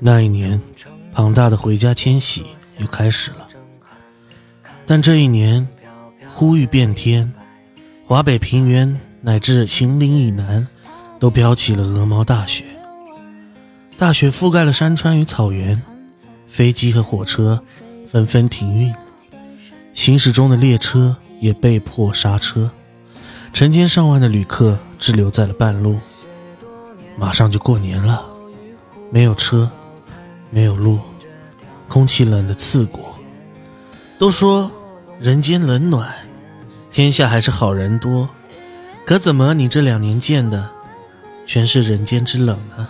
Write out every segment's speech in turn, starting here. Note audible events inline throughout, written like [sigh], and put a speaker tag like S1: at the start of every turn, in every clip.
S1: 那一年，庞大的回家迁徙又开始了。但这一年，呼吁变天，华北平原乃至秦岭以南，都飘起了鹅毛大雪。大雪覆盖了山川与草原，飞机和火车纷纷停运，行驶中的列车也被迫刹车，成千上万的旅客滞留在了半路。马上就过年了，没有车，没有路，空气冷得刺骨。都说人间冷暖，天下还是好人多，可怎么你这两年见的全是人间之冷呢？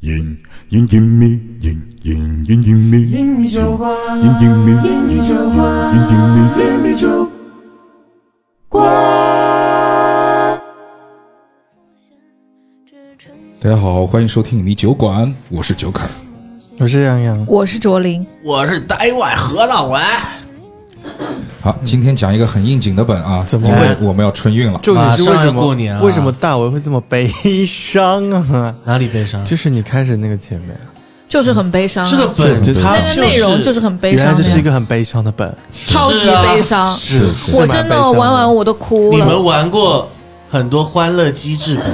S2: 隐隐隐秘，隐隐隐隐秘，隐
S3: 英米酒馆，
S2: 隐秘，
S3: 英米酒馆，
S2: 隐隐秘。
S3: 英米酒馆。
S4: 大家好，欢迎收听影迷酒馆，我是九坎。
S5: 我是杨洋，
S6: 我是卓林，
S7: 我是台湾河南文，
S4: 好，今天讲一个很应景的本啊，
S5: 怎么
S4: 因为
S5: 会
S4: 我们要春运了。
S5: 重点是为
S1: 马上
S5: 什
S1: 要
S5: 么
S1: 过年了
S5: 为什么大为会这么悲伤啊？
S1: 哪里悲伤？
S5: 就是你开始那个前面，
S6: 就是很悲伤啊、
S1: 这个本
S5: 就是
S1: 它
S6: 那个
S1: 就
S6: 内容就是很悲
S5: 原
S6: 伤
S5: 来
S6: 的
S5: 这是一
S6: 呀，
S5: 个很悲伤的本，
S6: 超级
S1: 是啊
S6: 悲伤。
S5: 是
S6: 我真的玩完我都哭
S1: 你们
S6: 了，
S1: 玩过很多欢乐机制本，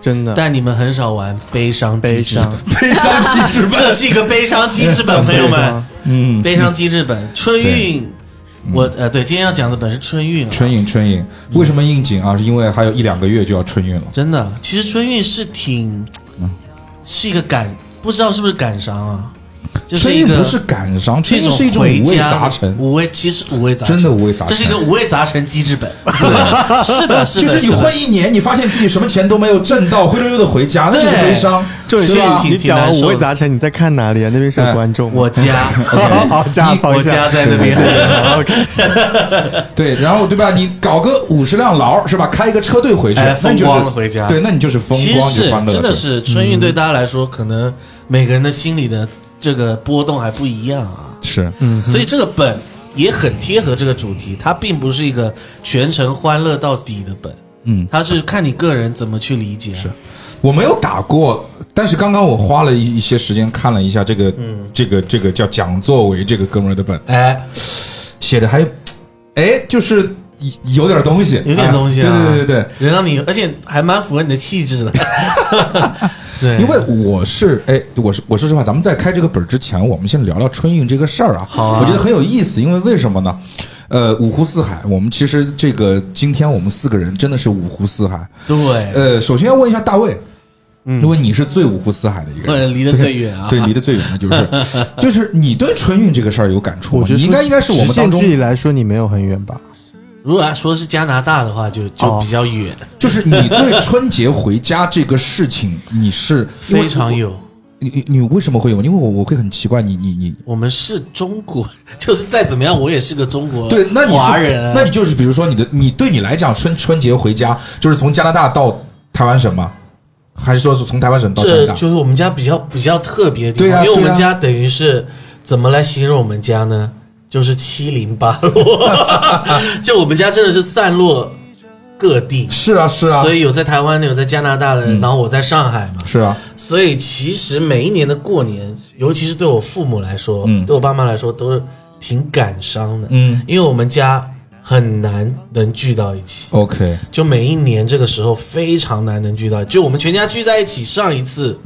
S5: 真的
S1: 但你们很少玩悲伤
S5: 悲
S1: 机制
S5: 伤
S1: 本。， [laughs] 这是一个悲伤机制
S5: [laughs]
S1: 本，朋友们，
S5: 嗯，
S1: 悲伤机制本。春运，我呃，对，今天要讲的本是春运啊，
S4: 嗯春运，春运，为什么应景啊？是因为还有一两个月就要春运了。[laughs]
S1: 真的，其实春运是挺，
S4: 嗯
S1: 是一个感，不知道是不是感伤啊，就是
S4: 春
S1: 一
S4: 运
S1: 个
S4: 不是感伤，春
S1: 这
S4: 运
S1: 种
S4: 是一种
S1: 回
S4: 五味
S1: 家
S4: 杂陈。
S1: 五味其实五味杂陈，
S4: 真的五味杂陈啊
S1: 这是一个五味杂陈机制本，对， [laughs] 是
S4: [laughs]
S1: 的，是
S4: 就
S1: 的，
S4: 是你
S1: 的
S4: 混一年，你发现自己什么钱都没有挣到，灰溜溜的回家，那就是
S1: 对
S4: 悲伤，
S5: 重
S4: 是
S5: 点
S4: 吧
S5: 是
S1: 挺
S5: 你讲完
S1: 挺难受
S5: 五
S1: 的
S5: 味杂陈，你在看哪里啊？那边是有观众吗，[laughs]
S1: 我家，
S5: 哦哦家
S4: 你
S5: 放
S1: 我
S5: 一下
S1: 家在那边，
S4: [laughs]
S5: ，OK，
S4: 对，然后对吧？你搞个五十辆劳是吧？开一个车队回去，
S1: 哎
S4: 那你就是
S1: 风光了回家
S4: 对，那你就是风
S1: 其实
S4: 光，就是欢乐，嗯
S1: 真的是春运对大家来说，可能每个人的心里的这个波动还不一样啊，
S4: 是
S1: 所以这个本也很贴合这个主题，它并不是一个全程欢乐到底的本，
S4: 嗯，
S1: 它是看你个人怎么去理解，啊是
S4: 我没有打过，但是刚刚我花了一一些时间看了一下这个，这个这个叫蒋作为这个哥们儿的本，
S1: 嗯哎，
S4: 写的还，哎，就是有点东西，
S1: 有点东西啊，
S4: 哎对对对对
S1: 能让你，而且还蛮符合你的气质的，对，
S4: 对，因为我是哎，我是我说实话，咱们在开这个本儿之前，我们先聊聊春运这个事儿啊，
S1: 好啊
S4: 我觉得很有意思，因为为什么呢？呃，五湖四海，我们其实这个今天我们四个人真的是五湖四海。
S1: 对，
S4: 呃，首先要问一下大卫，
S1: 嗯
S4: 因为你是最五湖四海的一个
S1: 呃，
S4: 人，
S1: 离得最远啊，
S4: 对，离得最远的就是，
S1: [laughs]
S4: 就是你对春运这个事儿有感触
S5: 我
S4: 吗？
S5: 觉得
S4: 你应该应该是我们当中
S5: 距，离来说，你没有很远吧？
S1: 如果说是加拿大的话，就就
S5: 哦
S1: 比较远， [laughs]
S4: 就是你对春节回家这个事情，你是
S1: [laughs] 非常。
S4: 因
S1: 有。
S4: 为我你你为什么会有？因为我我会很奇怪，你你你，
S1: 我们是中国，就是再怎么样，我也是个中国
S4: 对，那你是
S1: 华人啊，
S4: 那你就是比如说你的，你对你来讲春春节回家，就是从加拿大到台湾省吗？还是说是从台湾省到加
S1: 这
S4: 拿大？
S1: 就是我们家比较比较特别的地
S4: 对啊
S1: 方，因为我
S4: 对
S1: 们
S4: 啊
S1: 家等于是怎么来形容我们家呢？就是七零八落， [laughs]
S5: [laughs]
S1: 就我们家真的是散落各地，
S4: 是啊，是啊，嗯
S1: 所以有在台湾的，有在加拿大的，然后我在上海嘛，
S4: 是啊，
S1: 所以其实每一年的过年，尤其是对我父母来说，
S4: 嗯
S1: 对我爸妈来说，都是挺感伤的，
S4: 嗯
S1: 因为我们家很难能聚到一起。
S4: ，OK，
S1: 就每一年这个时候非常难能聚到，就我们全家聚在一起，上一次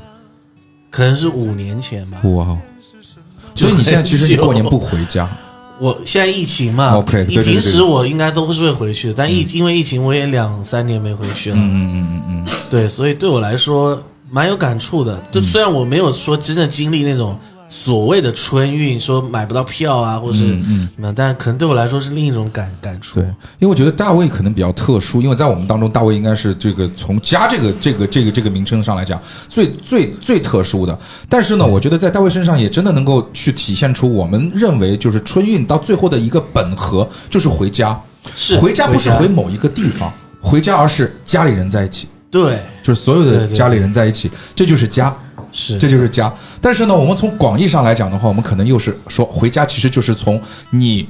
S1: 可能是五年前吧。
S4: 哇哦， [laughs] 所以你现在其实你过年不回家，
S1: [laughs] 我现在疫情嘛
S4: OK，
S1: 你
S4: 对对对
S1: 平时我应该都是会回去的，但疫因为疫情我也两三年没回去了，
S4: 嗯嗯嗯嗯
S1: 对，所以对我来说蛮有感触的。就虽然我没有说真的经历那种所谓的春运，说买不到票啊，或是
S4: 嗯嗯
S1: 什么，但可能对我来说是另一种感感触。
S4: 对，因为我觉得大卫可能比较特殊，因为在我们当中，大卫应该是这个从家这个这个这个这个名称上来讲最最最特殊的。但是呢，我觉得在大卫身上也真的能够去体现出我们认为就是春运到最后的一个本和，就是回家。
S1: 是
S4: 回家不是回
S1: 回家
S4: 某一个地方，回家而是家里人在一起，
S1: 对，
S4: 就是所有
S1: 对
S4: 的
S1: 对对
S4: 家里人在一起，这就是家。
S1: 是
S4: 这就是家。但是呢，我们从广义上来讲的话，我们可能又是说回家，其实就是从你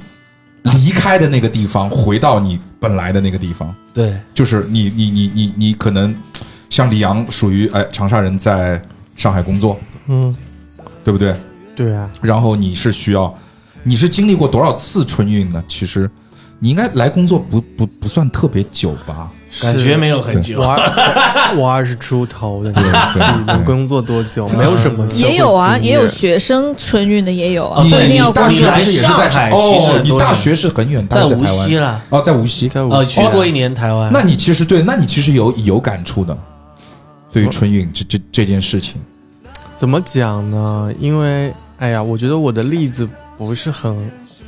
S4: 离开的那个地方，回到你本来的那个地方。
S1: 对，
S4: 就是你你你你你可能像李阳属于哎长沙人，在上海工作，
S5: 嗯，
S4: 对不对？
S5: 对啊，
S4: 然后你是需要，你是经历过多少次春运呢？其实你应该来工作不不不算特别久吧？
S1: 感觉没有很久
S5: 我。二我二十出头的，你
S4: 对
S5: 自己能工作多久？没有什么社会
S6: 也有啊，
S5: 经验
S6: 也有学生春运的也有
S1: 哦
S6: 啊，
S4: 你
S6: 不一定
S4: 你
S6: 要
S4: 大
S6: 工
S4: 学
S6: 作。
S4: 还是也是
S7: 上
S4: 在
S7: 海其实
S4: 哦，
S7: 很
S4: 你
S7: 多
S4: 大
S7: 人
S4: 学是很远，大
S1: 在
S4: 学
S1: 无
S4: 台湾
S1: 锡啦，
S4: 哦，在无锡，
S5: 在无
S1: 呃，
S5: 锡啊
S1: 去过一年台湾。
S4: 那你其实对，那你其实有有感触的，对于春运这这这件事
S1: [laughs]
S4: 情，
S5: 怎么讲呢？因为哎呀，我觉得我的例子不是很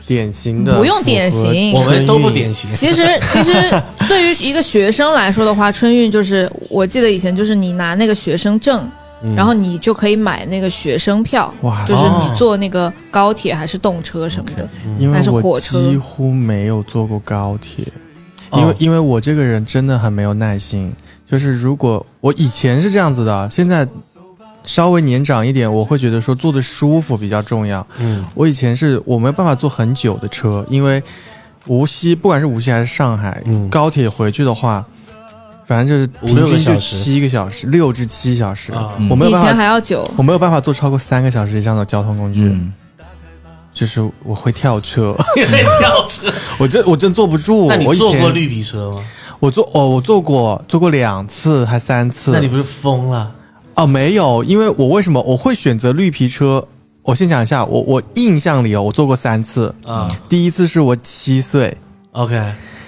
S5: 典型的，
S6: 不用典型
S1: 我们都不典。型， [laughs]
S6: 其实，其实对于一个学生来说的话，春运就是我记得以前就是你拿那个学生证，然后你就可以买那个学生票，
S5: 嗯哇
S6: 就是
S1: 哦
S6: 你坐那个高铁还是动车什么的。
S5: 嗯因为
S6: 还是
S5: 我
S6: 火车
S5: 几乎没有坐过高铁，
S1: 哦
S5: 因为因为我这个人真的很没有耐心。就是如果我以前是这样子的，现在稍微年长一点，我会觉得说坐的舒服比较重要。
S1: 嗯，
S5: 我以前是我没有办法坐很久的车，因为无锡不管是无锡还是上海，
S1: 嗯
S5: 高铁回去的话，反正就是
S1: 五六
S5: 平均
S1: 个
S5: 就
S1: 小时
S5: 七个小时，六至七小时，
S1: 啊
S5: 我没有
S6: 嗯以
S5: 办
S6: 前
S5: 法，
S6: 还要久，
S5: 我没有办法坐超过三个小时以上的交通工具，
S4: 嗯，
S5: 就是我会跳
S1: [laughs]
S5: 车，
S1: 因为跳车。
S5: 我 [laughs] 真我真坐不住。
S1: 那你
S5: 我以
S1: 坐过
S5: 前
S1: 绿皮车吗？
S5: 我坐哦，我坐过坐过两次还三次，
S1: 那你不是疯了？
S5: 哦，没有，因为我为什么我会选择绿皮车？我先讲一下，我我印象里哦，我坐过三次。
S1: 啊
S5: 第一次是我七岁，
S1: ，OK，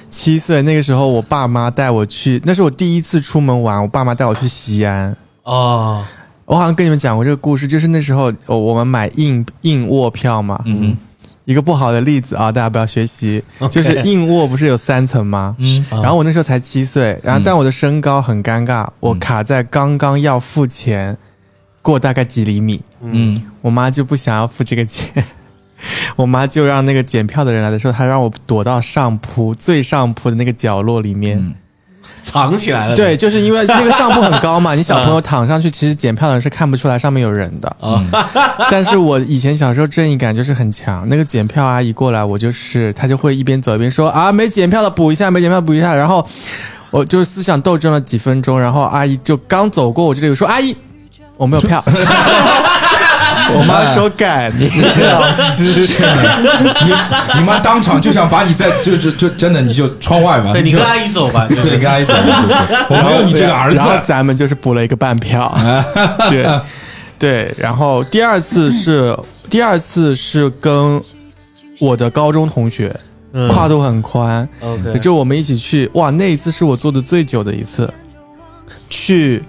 S5: 七岁那个时候，我爸妈带我去，那是我第一次出门玩，我爸妈带我去西安。
S1: 哦，
S5: 我好像跟你们讲过这个故事，就是那时候哦我们买硬硬卧票嘛，
S4: 嗯
S5: 一个不好的例子啊，大家不要学习。就是硬卧不是有三层吗？
S4: 嗯
S1: 啊
S5: 然后我那时候才七岁，然后但我的身高很尴尬，我卡在刚刚要付钱过大概几厘米，
S4: 嗯
S5: 我妈就不想要付这个钱， [laughs] 我妈就让那个检票的人来的时候，她让我躲到上铺最上铺的那个角落里面。
S4: 嗯
S1: 藏起来了。
S5: 对，，就是因为那个上铺很高
S1: [laughs]
S5: 嘛，你小
S1: 嗯
S5: 朋友躺上去，其实检票的人是看不出来上面有人的。
S1: [laughs]
S5: 但是我以前小时候正义感就是很强，那个检票阿姨过来，我就是她就会一边走一边说啊，没检票的补一下，没检票补一下，然后。我就是思想斗争了几分钟，然后阿姨就刚走过我这里，我说阿姨，我没有
S4: [laughs]
S5: 票。我妈说改名老师，
S4: 你你妈当场就想把你在就就就真的你就窗外吧，
S1: 对你
S4: 就
S1: 跟阿
S4: [laughs]
S1: 姨走吧，
S5: [laughs]
S1: 就
S4: 对，
S1: 是
S4: 你跟阿姨走吧，就是我没有你这个儿
S5: 然后
S4: 子，
S5: 咱们就是补了一个半
S4: [laughs]
S5: 票，对对。然后第二次是第二次是跟我的高中同学，
S1: 嗯
S5: 跨度很宽，
S1: OK，
S5: 也就我们一起去。哇，那一次是我坐的最久的一次，去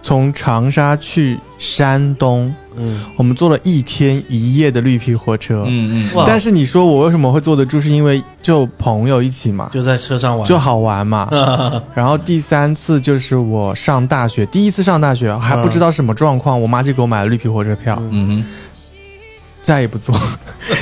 S5: 从长沙去山东，
S1: 嗯，
S5: 我们坐了一天一夜的绿皮火车。
S4: 嗯嗯，
S1: 哇
S5: 但是你说我为什么会坐得住，是因为就朋友一起嘛，
S1: 就在车上玩，
S5: 就好玩嘛。
S1: [laughs] 啊
S5: 然后第三次就是我上大学，第一次上大学还不知道什么状况，我妈就给我买了绿皮火车票，
S4: 嗯
S5: 再也不坐，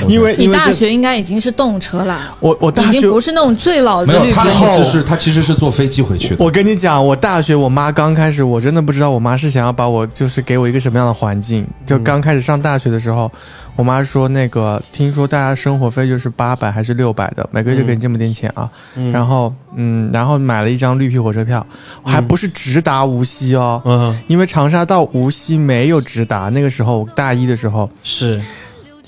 S5: 因为
S6: 你
S5: 因为
S6: 大
S5: 这
S6: 学应该已经是动车了，
S5: 我我大
S6: 已
S5: 学
S6: 经不是那种最老
S4: 哼，没
S6: 的
S4: 有，
S6: 绿皮
S4: 他的
S6: 了。
S4: 意思是，他其实是坐飞机回去的，
S5: 我跟你讲，我大学我妈刚开始，我真的不知道我妈是想要把我就是给我一个什么样的环境。就
S6: 嗯
S5: 刚开始上大学的时候，我妈说那个听说大家生活费就是八百还是六百的，每个月就给
S6: 嗯
S5: 你这么点钱啊。然后嗯，然后买了一张绿皮火车票，还
S6: 嗯
S5: 不是直达无锡哦，
S1: 嗯，
S5: 因为长沙到无锡没有直达。那个时候我大一的时候
S1: 是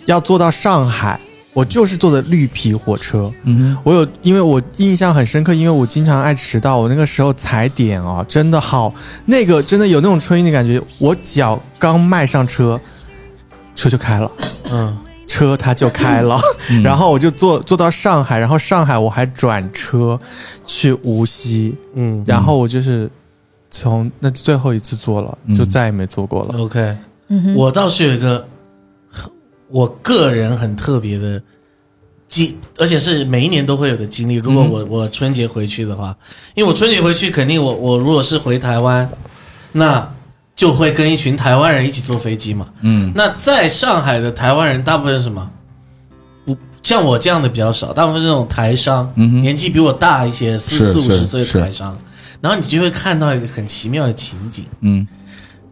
S5: 要坐到上海，我就是坐的绿皮火车。
S4: 嗯
S5: 我有，因为我印象很深刻，因为我经常爱迟到。我那个时候踩点哦，真的好，那个真的有那种春运的感觉。我脚刚迈上车，车就开了，
S1: 嗯，
S5: 车它就开
S1: [laughs]
S5: 了，然后我就坐坐到上海，然后上海我还转车去无锡，
S1: 嗯
S5: 然后我就是从那最后一次坐了，就再也没坐过了。
S1: 嗯，OK，
S6: 嗯哼，
S1: 我倒是有一个我个人很特别的经，而且是每一年都会有的经历。
S4: 嗯
S1: 如果我、我春节回去的话，因为我春节回去肯定我我如果是回台湾，那就会跟一群台湾人一起坐飞机嘛。
S4: 嗯
S1: 那在上海的台湾人大部分是什么？不像我这样的比较少，大部分是那种台商，
S4: 嗯哼
S1: 年纪比我大一些，四
S4: 是
S1: 四五
S4: 是
S1: 十岁
S4: 是
S1: 的台商。然后你就会看到一个很奇妙的情景，
S4: 嗯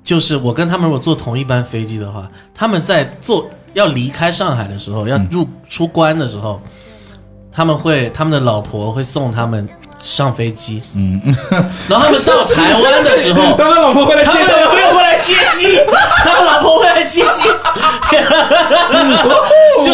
S1: 就是我跟他们如果坐同一班飞机的话，他们在坐要离开上海的时候，要入、出关的时候，他们会他们的老婆会送他们上飞机，
S4: 嗯，
S1: 然后他们到台湾的时候，
S4: 他们老婆回来
S1: 他
S4: 接
S1: 们
S4: 他
S1: 老婆又会来接
S4: [laughs]
S1: 机，他们老婆会来接机，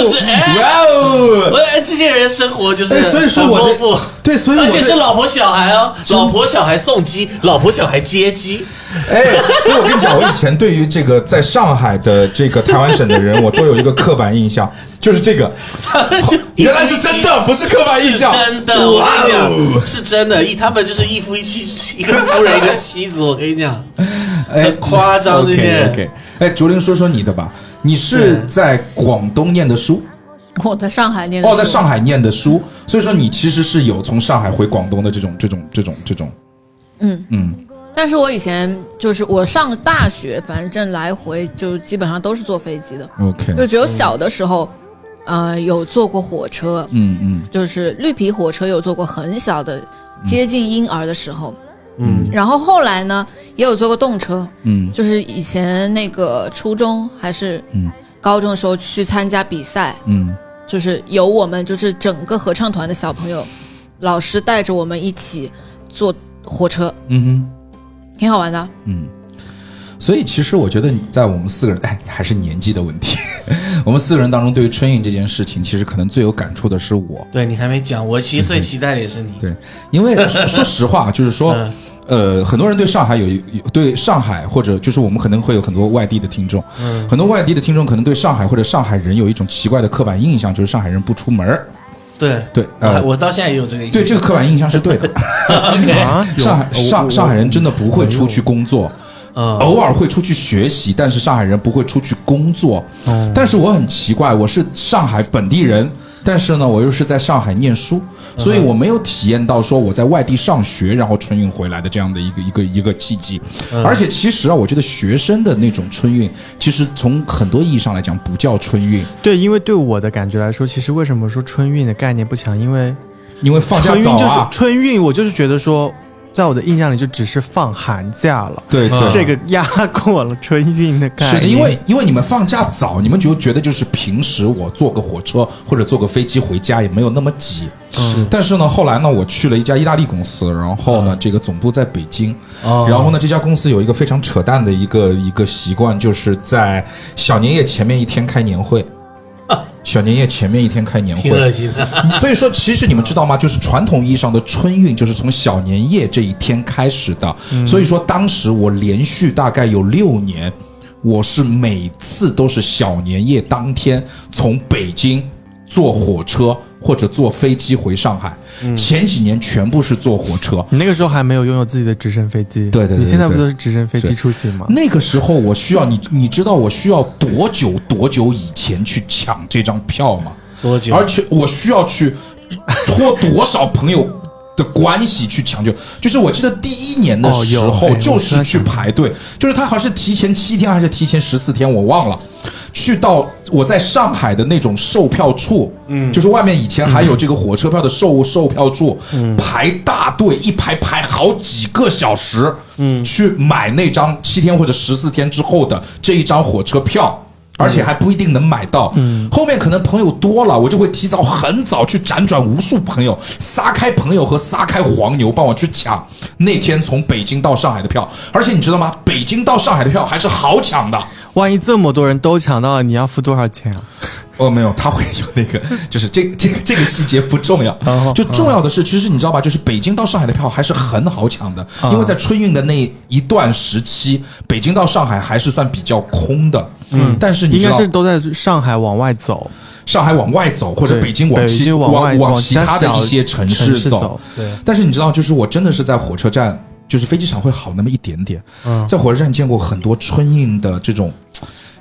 S1: 就是哎，
S4: 嗯哇哦！
S1: 我哎这些人生活就是
S4: 哎，所以说我
S1: 很丰
S4: 这
S1: 富。
S4: 对，所以我
S1: 而且
S4: 这
S1: 是老婆小孩哦，老婆小孩送机，老婆小孩接机，
S4: 哎，所以 [laughs] 我跟你讲，我以前对于这个在上海的这个台湾省的人，我都有一个刻板印象，就是这个，
S1: [laughs] 就
S4: 原来是真的，不是刻板印象，
S1: 是真的，我
S4: 哇
S1: 跟你
S4: 哦！
S1: 讲，是真的，一他们就是一夫一妻，一 [laughs] 个夫人一个妻子，我跟你讲，
S4: 哎，
S1: 很夸张这些
S4: OK
S1: 人
S4: OK，哎，竹林说说你的吧，你是在广东念的书，
S6: 我在上海念的
S4: 哦，
S6: 书，
S4: 在上海念的书，所以说你其实是有从上海回广东的这种这种这种这种，
S6: 嗯
S4: 嗯，
S6: 但是我以前就是我上大学，反正来回就基本上都是坐飞机的，
S4: OK，
S6: 就只有小的时候，呃，有坐过火车，
S4: 嗯嗯
S6: 就是绿皮火车有坐过很小的，接近婴儿的时候。
S1: 嗯，
S6: 然后后来呢，也有坐过动车，
S4: 嗯
S6: 就是以前那个初中还是
S4: 嗯
S6: 高中的时候去参加比赛，
S4: 嗯
S6: 就是有我们就是整个合唱团的小朋友，老师带着我们一起坐火车，
S4: 嗯哼。
S6: 挺好玩的。
S4: 嗯，所以其实我觉得你在我们四个人，哎，还是年纪的问题。 [laughs] 我们四个人当中，对于春运这件事情，其实可能最有感触的是我。
S1: 对你还没讲，我其实最期待的也是你，
S4: 对，因为说实话，啊就是说，
S1: 嗯
S4: 呃，很多人对上海有有对上海或者就是我们可能会有很多外地的听众，
S1: 嗯
S4: 很多外地的听众可能对上海或者上海人有一种奇怪的刻板印象，就是上海人不出门儿。
S1: 对
S4: 对
S1: 我
S4: 呃
S1: 还啊
S4: [laughs]
S1: 我到现在也有这个意
S4: 对这个刻板印象是
S1: [laughs]
S4: 对的，
S5: 啊，
S4: 上海上上海人真的不会出去工作。
S1: 嗯
S4: 偶尔会出去学习，但是上海人不会出去工作。
S1: 嗯
S4: 但是我很奇怪，我是上海本地人，但是呢，我又是在上海念书，所以我没有体验到说我在外地上学，然后春运回来的这样的一个一个一个契机。而且其实啊，我觉得学生的那种春运，其实从很多意义上来讲不叫春运，
S5: 对，因为对我的感觉来说，其实为什么说春运的概念不强？因为
S4: 因为放假
S5: 春运
S4: 早
S5: 就是
S4: 啊。
S5: 春运，我就是觉得说，在我的印象里就只是放寒假了，
S4: 对对，
S5: 这个压过了春运的概念。
S4: 是的，因为因为你们放假早，你们就觉得就是平时我坐个火车或者坐个飞机回家也没有那么挤。是，但是呢，后来呢，我去了一家意大利公司，然后
S1: 嗯
S4: 呢，这个总部在北京，
S1: 哦
S4: 然后呢，这家公司有一个非常扯淡的一个一个习惯，就是在小年夜前面一天开年
S1: [laughs]
S4: 会。小年夜前面一天开年会，
S1: 挺恶心的，
S4: [laughs] 所以说，其实你们知道吗？就是传统意义上的春运，就是从小年夜这一天开始的。
S1: 嗯
S4: 所以说，当时我连续大概有六年，我是每次都是小年夜当天从北京坐火车或者坐飞机回上海。前几年全部是坐火车。
S5: 你那个时候还没有拥有自己的直升飞机，
S4: 对对对
S5: 你现在不
S4: 对
S5: 都是直升飞
S4: 是
S5: 机出行吗？
S4: 那个时候我需要你，你知道我需要多久多久以前去抢这张票吗？
S1: 多久？
S4: 而且我需要去托多少朋友的关系去抢救。就是我记得第一年的
S5: 哦
S4: 时
S5: 有哎
S4: 候，
S5: 我
S4: 就是去
S5: 知道
S4: 排队，就是他好像是提前七天还是提前十四天，我忘了。去到我在上海的那种售票处，嗯，就是外面以前还有这个火车票的售售票处，嗯，排大队一排排好几个小时，嗯，去买那张七天或者十四天之后的这一张火车票。而且还不一定能买到。嗯，后面可能朋友多了，我就会提早很早去辗转无数朋友，撒开朋友和撒开黄牛帮我去抢那天从北京到上海的票。而且你知道吗？北京到上海的票还是好抢的。
S5: 万一这么多人都抢到了，你要付多少钱啊？
S4: 哦，没有，他会有那个，就是这这个这个细节不重要，
S5: 嗯
S4: 就重要的是，其实你知道吧，就是北京到上海的票还是很好抢的，
S5: 嗯
S4: 因为在春运的那一段时期，北京到上海还是算比较空的。嗯，但是你
S5: 应
S4: 知
S5: 该
S4: 道
S5: 是都在上海往外走，
S4: 上海往外走，或者
S5: 对
S4: 北京往
S5: 北
S4: 西
S5: 京往外
S4: 往
S5: 往
S4: 其
S5: 其他
S4: 他的
S5: 小
S4: 一些城
S5: 城市
S4: 走
S5: 走。
S1: 对
S4: 但是你知道，就是我真的是在火车站，就是飞机场会好那么一点点。
S5: 嗯
S4: 在火车站见过很多春运的这种、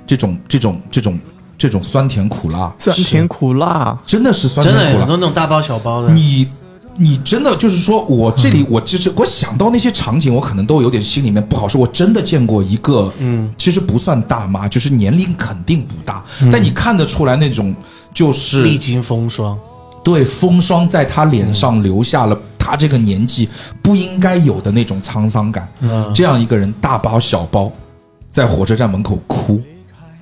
S4: 这种、这种、这种、这种酸甜苦辣，
S5: 酸甜苦辣。
S4: 真的是酸
S1: 真
S4: 甜
S1: 的
S4: 苦
S1: 很
S4: 辣
S1: 多。那种大包小包的，
S4: 你你真的就是说我这里我就是我想到那些场景，我可能都有点心里面不好受。我真的见过一个，嗯，其实不算大妈，就是年龄肯定不大，但你看得出来那种就是
S1: 嗯历经风霜，
S4: 对风霜在她脸上留下了她这个年纪不应该有的那种沧桑感。
S1: 嗯
S4: 这样一个人大包小包在火车站门口哭，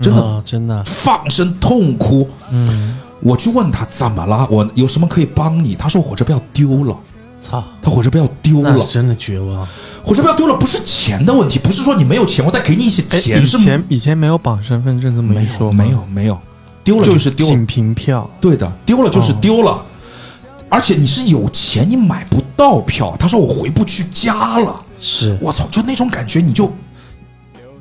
S4: 真的
S1: 哦真的，
S4: 放声痛哭。嗯，我去问他怎么了，我有什么可以帮你？他说火车票丢了，
S1: 操，
S4: 他火车票丢
S1: 那
S4: 了
S1: 是，真的绝望。
S4: 火车票丢了不是钱的问题，不是说你没有钱，我再给你一些钱，
S5: 以
S4: 是
S5: 前以前没有绑身份证这么一说吗
S4: 没有没有，丢了就是丢了，
S5: 仅凭票。
S4: 对的，丢了
S5: 哦
S4: 就是丢了，而且你是有钱，你买不到票。他说我回不去家了，
S1: 是
S4: 我操，就那种感觉，你就，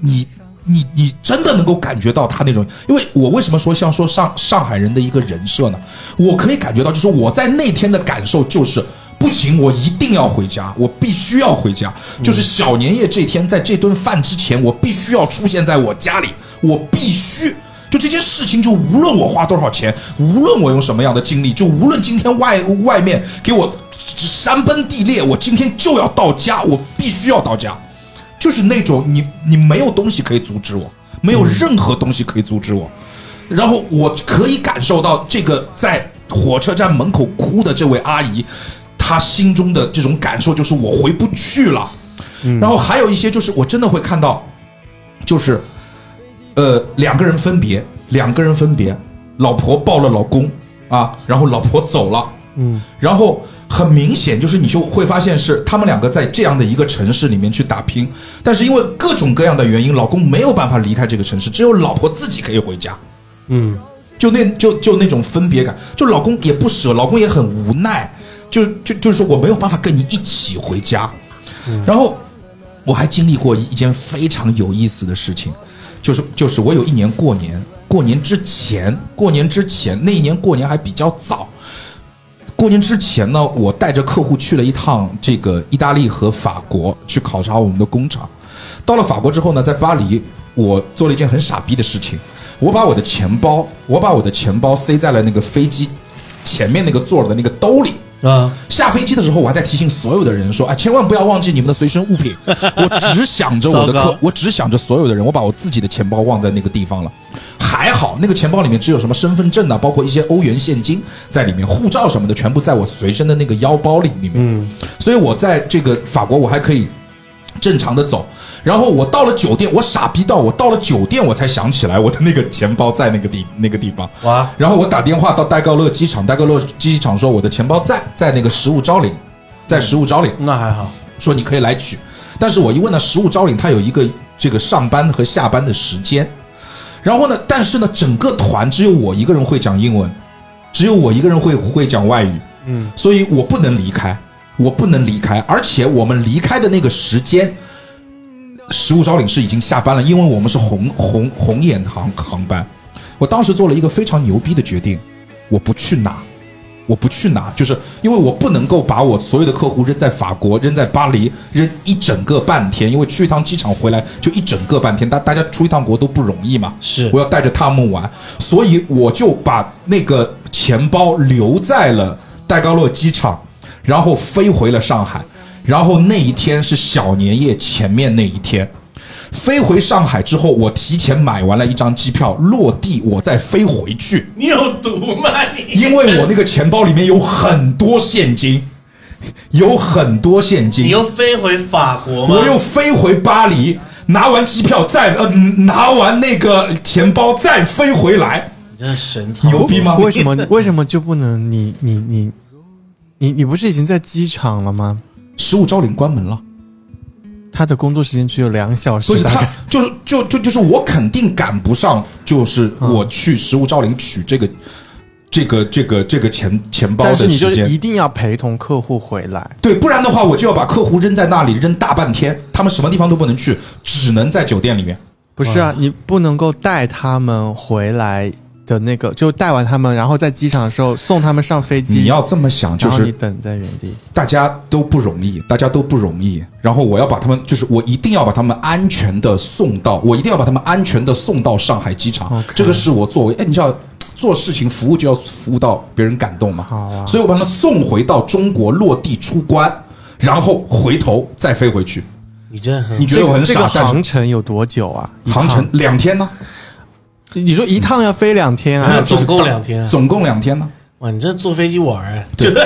S4: 你你你真的能够感觉到他那种，因为我为什么说像说上上海人的一个人设呢？我可以感觉到，就是我在那天的感受就是。不行，我一定要回家，我必须要回家。就是小年夜这天，在这顿饭之前，我必须要出现在我家里，我必须。就这件事情，就无论我花多少钱，无论我用什么样的精力，就无论今天外外面给我山崩地裂，我今天就要到家，我必须要到家，就是那种你你没有东西可以阻止我，没有任何东西可以阻止我，然后我可以感受到这个在火车站门口哭的这位阿姨，她心中的这种感受就是我回不去了，
S1: 嗯
S4: 然后还有一些就是我真的会看到，就是。呃，两个人分别，两个人分别，老婆抱了老公啊，然后老婆走了，嗯，然后很明显就是你就会发现是他们两个在这样的一个城市里面去打拼，但是因为各种各样的原因，老公没有办法离开这个城市，只有老婆自己可以回家，
S1: 嗯，
S4: 就那就就那种分别感，就老公也不舍，老公也很无奈，就就就是说我没有办法跟你一起回家，然后我还经历过一件非常有意思的事情，就是就是我有一年过年，过年之前，过年之前那一年过年还比较早，过年之前呢，我带着客户去了一趟这个意大利和法国，去考察我们的工厂。到了法国之后呢，在巴黎，我做了一件很傻逼的事情，我把我的钱包，我把我的钱包塞在了那个飞机前面那个座儿的那个兜里。
S1: 啊，
S4: 下飞机的时候，我还在提醒所有的人说：“哎，千万不要忘记你们的随身物
S1: [laughs]
S4: 品。”我只想着我的
S1: 糟
S4: 客
S1: 糕，
S4: 我只想着所有的人，我把我自己的钱包忘在那个地方了。还好那个钱包里面只有什么身份证啊，包括一些欧元现金在里面，护照什么的全部在我随身的那个腰包里里面。
S1: 嗯
S4: 所以我在这个法国，我还可以正常的走。然后我到了酒店，我傻逼到我到了酒店，我才想起来我的那个钱包在那个地那个地方。
S1: 哇！
S4: 然后我打电话到戴高乐机场，戴高乐机场说我的钱包在在那个食物招领，在食物招领，
S1: 嗯那还好，
S4: 说你可以来取。但是我一问呢，食物招领它有一个这个上班和下班的时间。然后呢，但是呢，整个团只有我一个人会讲英文，只有我一个人会会讲外语，嗯，所以我不能离开，我不能离开，而且我们离开的那个时间，食物招领是已经下班了，因为我们是红红红眼航航班。我当时做了一个非常牛逼的决定，我不去拿，我不去拿，就是因为我不能够把我所有的客户扔在法国、扔在巴黎、扔一整个半天，因为去一趟机场回来就一整个半天，大大家出一趟国都不容易嘛。
S1: 是
S4: 我要带着他们玩，所以我就把那个钱包留在了戴高乐机场，然后飞回了上海。然后那一天是小年夜前面那一天，飞回上海之后，我提前买完了一张机票，落地我再飞回去。
S7: 你有毒吗你？
S4: 因为我那个钱包里面有很多现金，有很多现
S7: 你
S4: 金，
S7: 又飞回法国吗？
S4: 我又飞回巴黎，拿完机票再呃拿完那个钱包再飞回来，
S1: 你真是神操
S4: 牛
S1: 作
S4: 逼吗
S5: 为什么为什么就不能你你你你你不是已经在机场了吗？
S4: 十五招领关门了。
S5: 他的工作时间只有两小时，
S4: 不是
S5: 大
S4: 他
S5: 概，
S4: 就是就就就是我肯定赶不上，就是
S5: 嗯
S4: 我去食物招领取这个这个这个这个钱钱 [laughs] 包
S5: 但是
S4: 的
S5: 你就
S4: 时
S5: 是一
S4: 间，
S5: 定要陪同客户回来。
S4: 对，不然的话我就要把客户扔在那里扔大半天，他们什么地方都不能去，只能在酒店里面。
S5: 不是啊，你不能够带他们回来的那个，就带完他们，然后在机场的时候送他们上飞机，
S4: 你要这么想，就
S5: 然后
S4: 是
S5: 你等在原地。
S4: 大家都不容易，大家都不容易。然后我要把他们，就是我一定要把他们安全的送到，我一定要把他们安全的送到上海机场。
S5: OK
S4: 这个是我作为，哎，你知道。做事情服务就要服务到别人感动嘛，
S5: 好啊
S4: 所以我把他们送回到中国落地出关，然后回头再飞回去。
S1: 你真很
S4: 你觉得我很
S5: 这
S4: 傻？
S5: 个
S4: 但是
S5: 航程有多久啊？一
S4: 航
S5: 趟
S4: 程，两天呢？
S5: 你说一趟要飞两天
S1: 没有
S5: 啊？
S1: 总共
S4: 就是
S1: 两天啊
S4: 总共两天呢？
S1: 哇，你这坐飞机玩儿啊？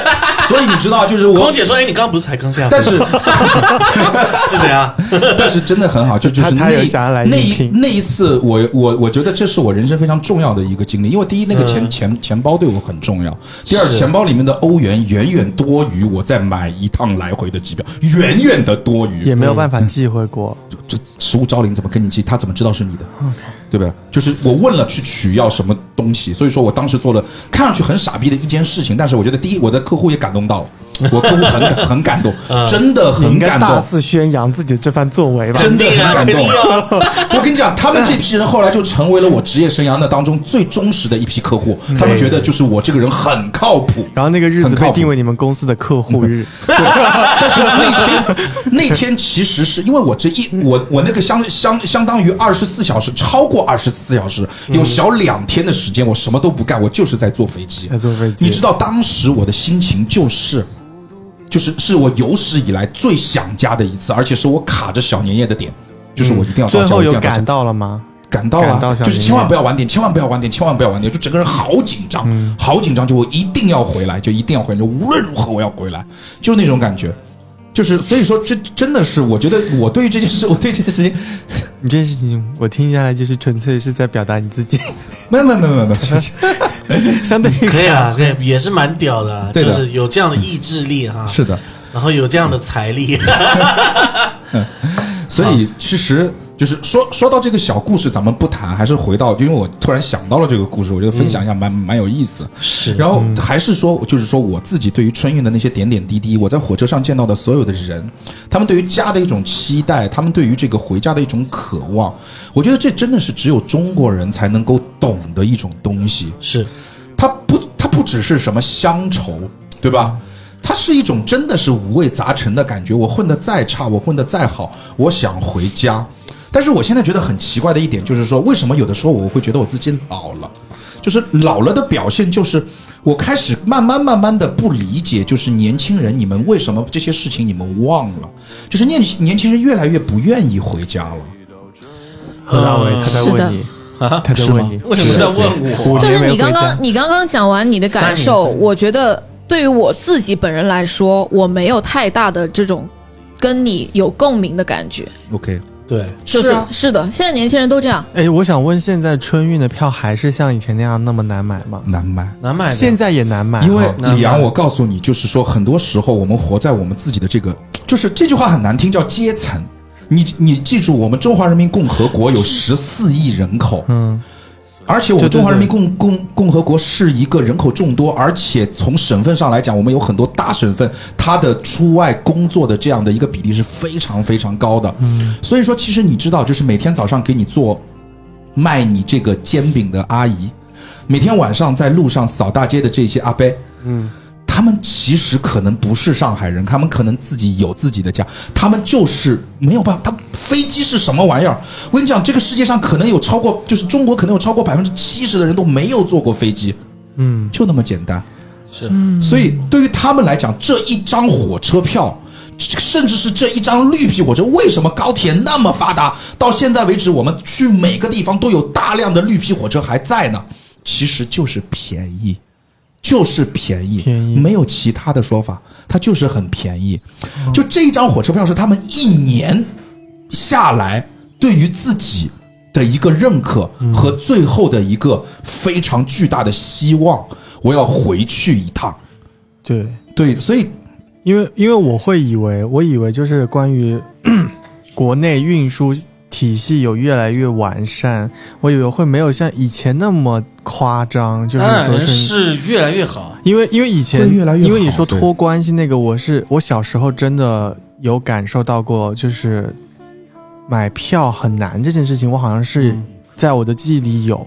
S1: [laughs]
S4: 所以你知道，就是我
S1: 空，姐说：“哎，你刚不是才刚下飞
S4: 但
S1: 机？
S4: 是
S1: [laughs] 是 [laughs] 怎样？
S4: 但是真的很好，就就是
S5: 他他
S4: 那
S5: 有想要来
S4: 那
S5: 应
S4: 一
S5: 聘
S4: 那一次我，我我觉得这是我人生非常重要的一个经历，因为第一，那个钱、
S1: 嗯
S4: 钱钱包对我很重要；第二，
S1: 是
S4: 钱包里面的欧元远远多于我再买一趟来回的机票，远远的多于。
S5: 也没
S1: 嗯
S5: 有办法寄回国。
S4: 这食物招领怎么跟你寄？他怎么知道是你的？对吧？就是我问了去取要什么东西，所以说我当时做了看上去很傻逼的一件事情，但是我觉得第一，我的客户也感动到了，我客户很感很感动，
S1: 嗯
S4: 真的
S5: 嗯你
S4: 很
S5: 应该
S4: 感
S5: 大
S4: 动。
S5: 肆宣扬自己的这番作为吧。
S4: 真的很
S1: 肯
S4: 感
S1: 定
S4: 动
S1: 啊，
S4: [laughs] 我跟你讲，他们这批人后来就成为了我职业生涯的当中最忠实的一批客户。
S1: 嗯
S4: 他们觉得就是我这个人很靠谱。
S5: 然后那个日
S4: 很
S5: 子
S4: 靠
S5: 被
S4: 谱
S5: 定为你们公司的客户日，
S4: 但是那天 [laughs] 那天其实是因为我这一我我那个相相相当于二十四小时，超过二十四小时，
S1: 嗯
S4: 有小两天的时间，我什么都不干，我就是在坐飞机
S5: 在。坐飞机。
S4: 你知道当时我的心情就是。就是是我有史以来最想家的一次，而且是我卡着小年夜的点，就是我一定要到
S5: 嗯最
S4: 家，
S5: 后
S4: 我一定
S5: 有
S4: 要到家
S5: 赶。到了吗？
S4: 赶到了，啊
S5: 赶到小
S4: 就是
S5: 林
S4: 千万
S5: 了
S4: 不要晚点，千万不要晚点，千万不要晚点，就整个人好紧张，
S5: 嗯
S4: 好紧张，就我一定要回来，就一定要回来，就无论如何我要回来，就是那种感觉。就是，所以说，这真的是，我觉得我对于这件事，我 [laughs] 对这件事情，
S5: 你这件事情我听下来就是纯粹是在表达你自己，
S4: 没有没有没有没有没有，
S5: [laughs] 相对于
S1: 可以啊，可以，也是蛮屌的啊，
S4: 对
S1: 就
S4: 的
S1: 是有这样的意志力
S5: 啊
S1: 哈，
S4: 是的，
S1: 然后有这样的财力， [laughs]
S4: 所
S5: 啊
S4: 以其实就是说说到这个小故事，咱们不谈，还是回到，因为我突然想到了这个故事，我觉得分享一下蛮、蛮有意思。
S1: 是嗯
S4: 然后还是说，就是说我自己对于春运的那些点点滴滴，我在火车上见到的所有的人，他们对于家的一种期待，他们对于这个回家的一种渴望，我觉得这真的是只有中国人才能够懂的一种东西。
S1: 是
S4: 它不，它不只是什么乡愁，对吧？它是一种真的是五味杂陈的感觉。我混得再差，我混得再好，我想回家。但是我现在觉得很奇怪的一点就是说，为什么有的时候我会觉得我自己老了？就是老了的表现就是。我开始慢慢慢慢的不理解，就是年轻人，你们为什么这些事情你们忘了？就是年年轻人越来越不愿意回家了。
S5: 何大为他在
S6: 是的
S5: 问你，
S1: 啊
S5: 他在问你，
S7: 为什么在问我？
S5: 五
S6: 就
S5: 年
S6: 是
S5: 没
S6: 你
S5: 回家
S6: 刚刚你刚刚讲完你的感受，我觉得对于我自己本人来说，我没有太大的这种跟你有共鸣的感觉。
S4: OK，
S1: 对，
S6: 就是、是的，现在年轻人都这样。
S5: 哎，我想问，现在春运的票还是像以前那样那么难买吗？
S4: 难买。
S1: 难买的。
S5: 现在也难买，
S4: 因为
S5: 哦
S1: 那
S4: 李阳，我告诉你，就是说，很多时候我们活在我们自己的这个，就是这句话很难听，叫阶层。你你记住，我们中华人民共和国有十四亿人口，
S5: 嗯，
S4: 而且我们
S5: 对对
S4: 中华人民共共共和国是一个人口众多，而且从省份上来讲，我们有很多大省份，它的出外工作的这样的一个比例是非常非常高的。嗯，所以说，其实你知道，就是每天早上给你做卖你这个煎饼的阿姨，每天晚上在路上扫大街的这些阿伯，嗯。他们其实可能不是上海人，他们可能自己有自己的家，他们就是没有办法。他飞机是什么玩意儿？我跟你讲，这个世界上可能有超过，就是中国可能有超过百分之七十的人都没有坐过飞机，嗯，就那么简单。
S1: 是
S5: 嗯
S4: 所以对于他们来讲，这一张火车票，甚至是这一张绿皮火车，为什么高铁那么发达？到现在为止，我们去每个地方都有大量的绿皮火车还在呢，其实就是便宜。就是便宜，
S5: 便宜
S4: 没有其他的说法，它就是很便宜。就这一张火车票是他们一年下来对于自己的一个认可和最后的一个非常巨大的希望，我要回去一趟。
S5: 对，
S4: 对，所以
S5: 因为因为我会以为，我以为就是关于 [clears throat] 国内运输体系有越来越完善，我以为会没有像以前那么夸张，就是
S1: 当
S5: 说
S1: 然
S5: 是。
S1: 是越来越好，
S5: 因为因为以前
S4: 会越来越好
S5: 因为你说
S4: 对
S5: 托关系那个，我是我小时候真的有感受到过，就是买票很难这件事情，我好像是
S4: 嗯
S5: 在我的记忆里有，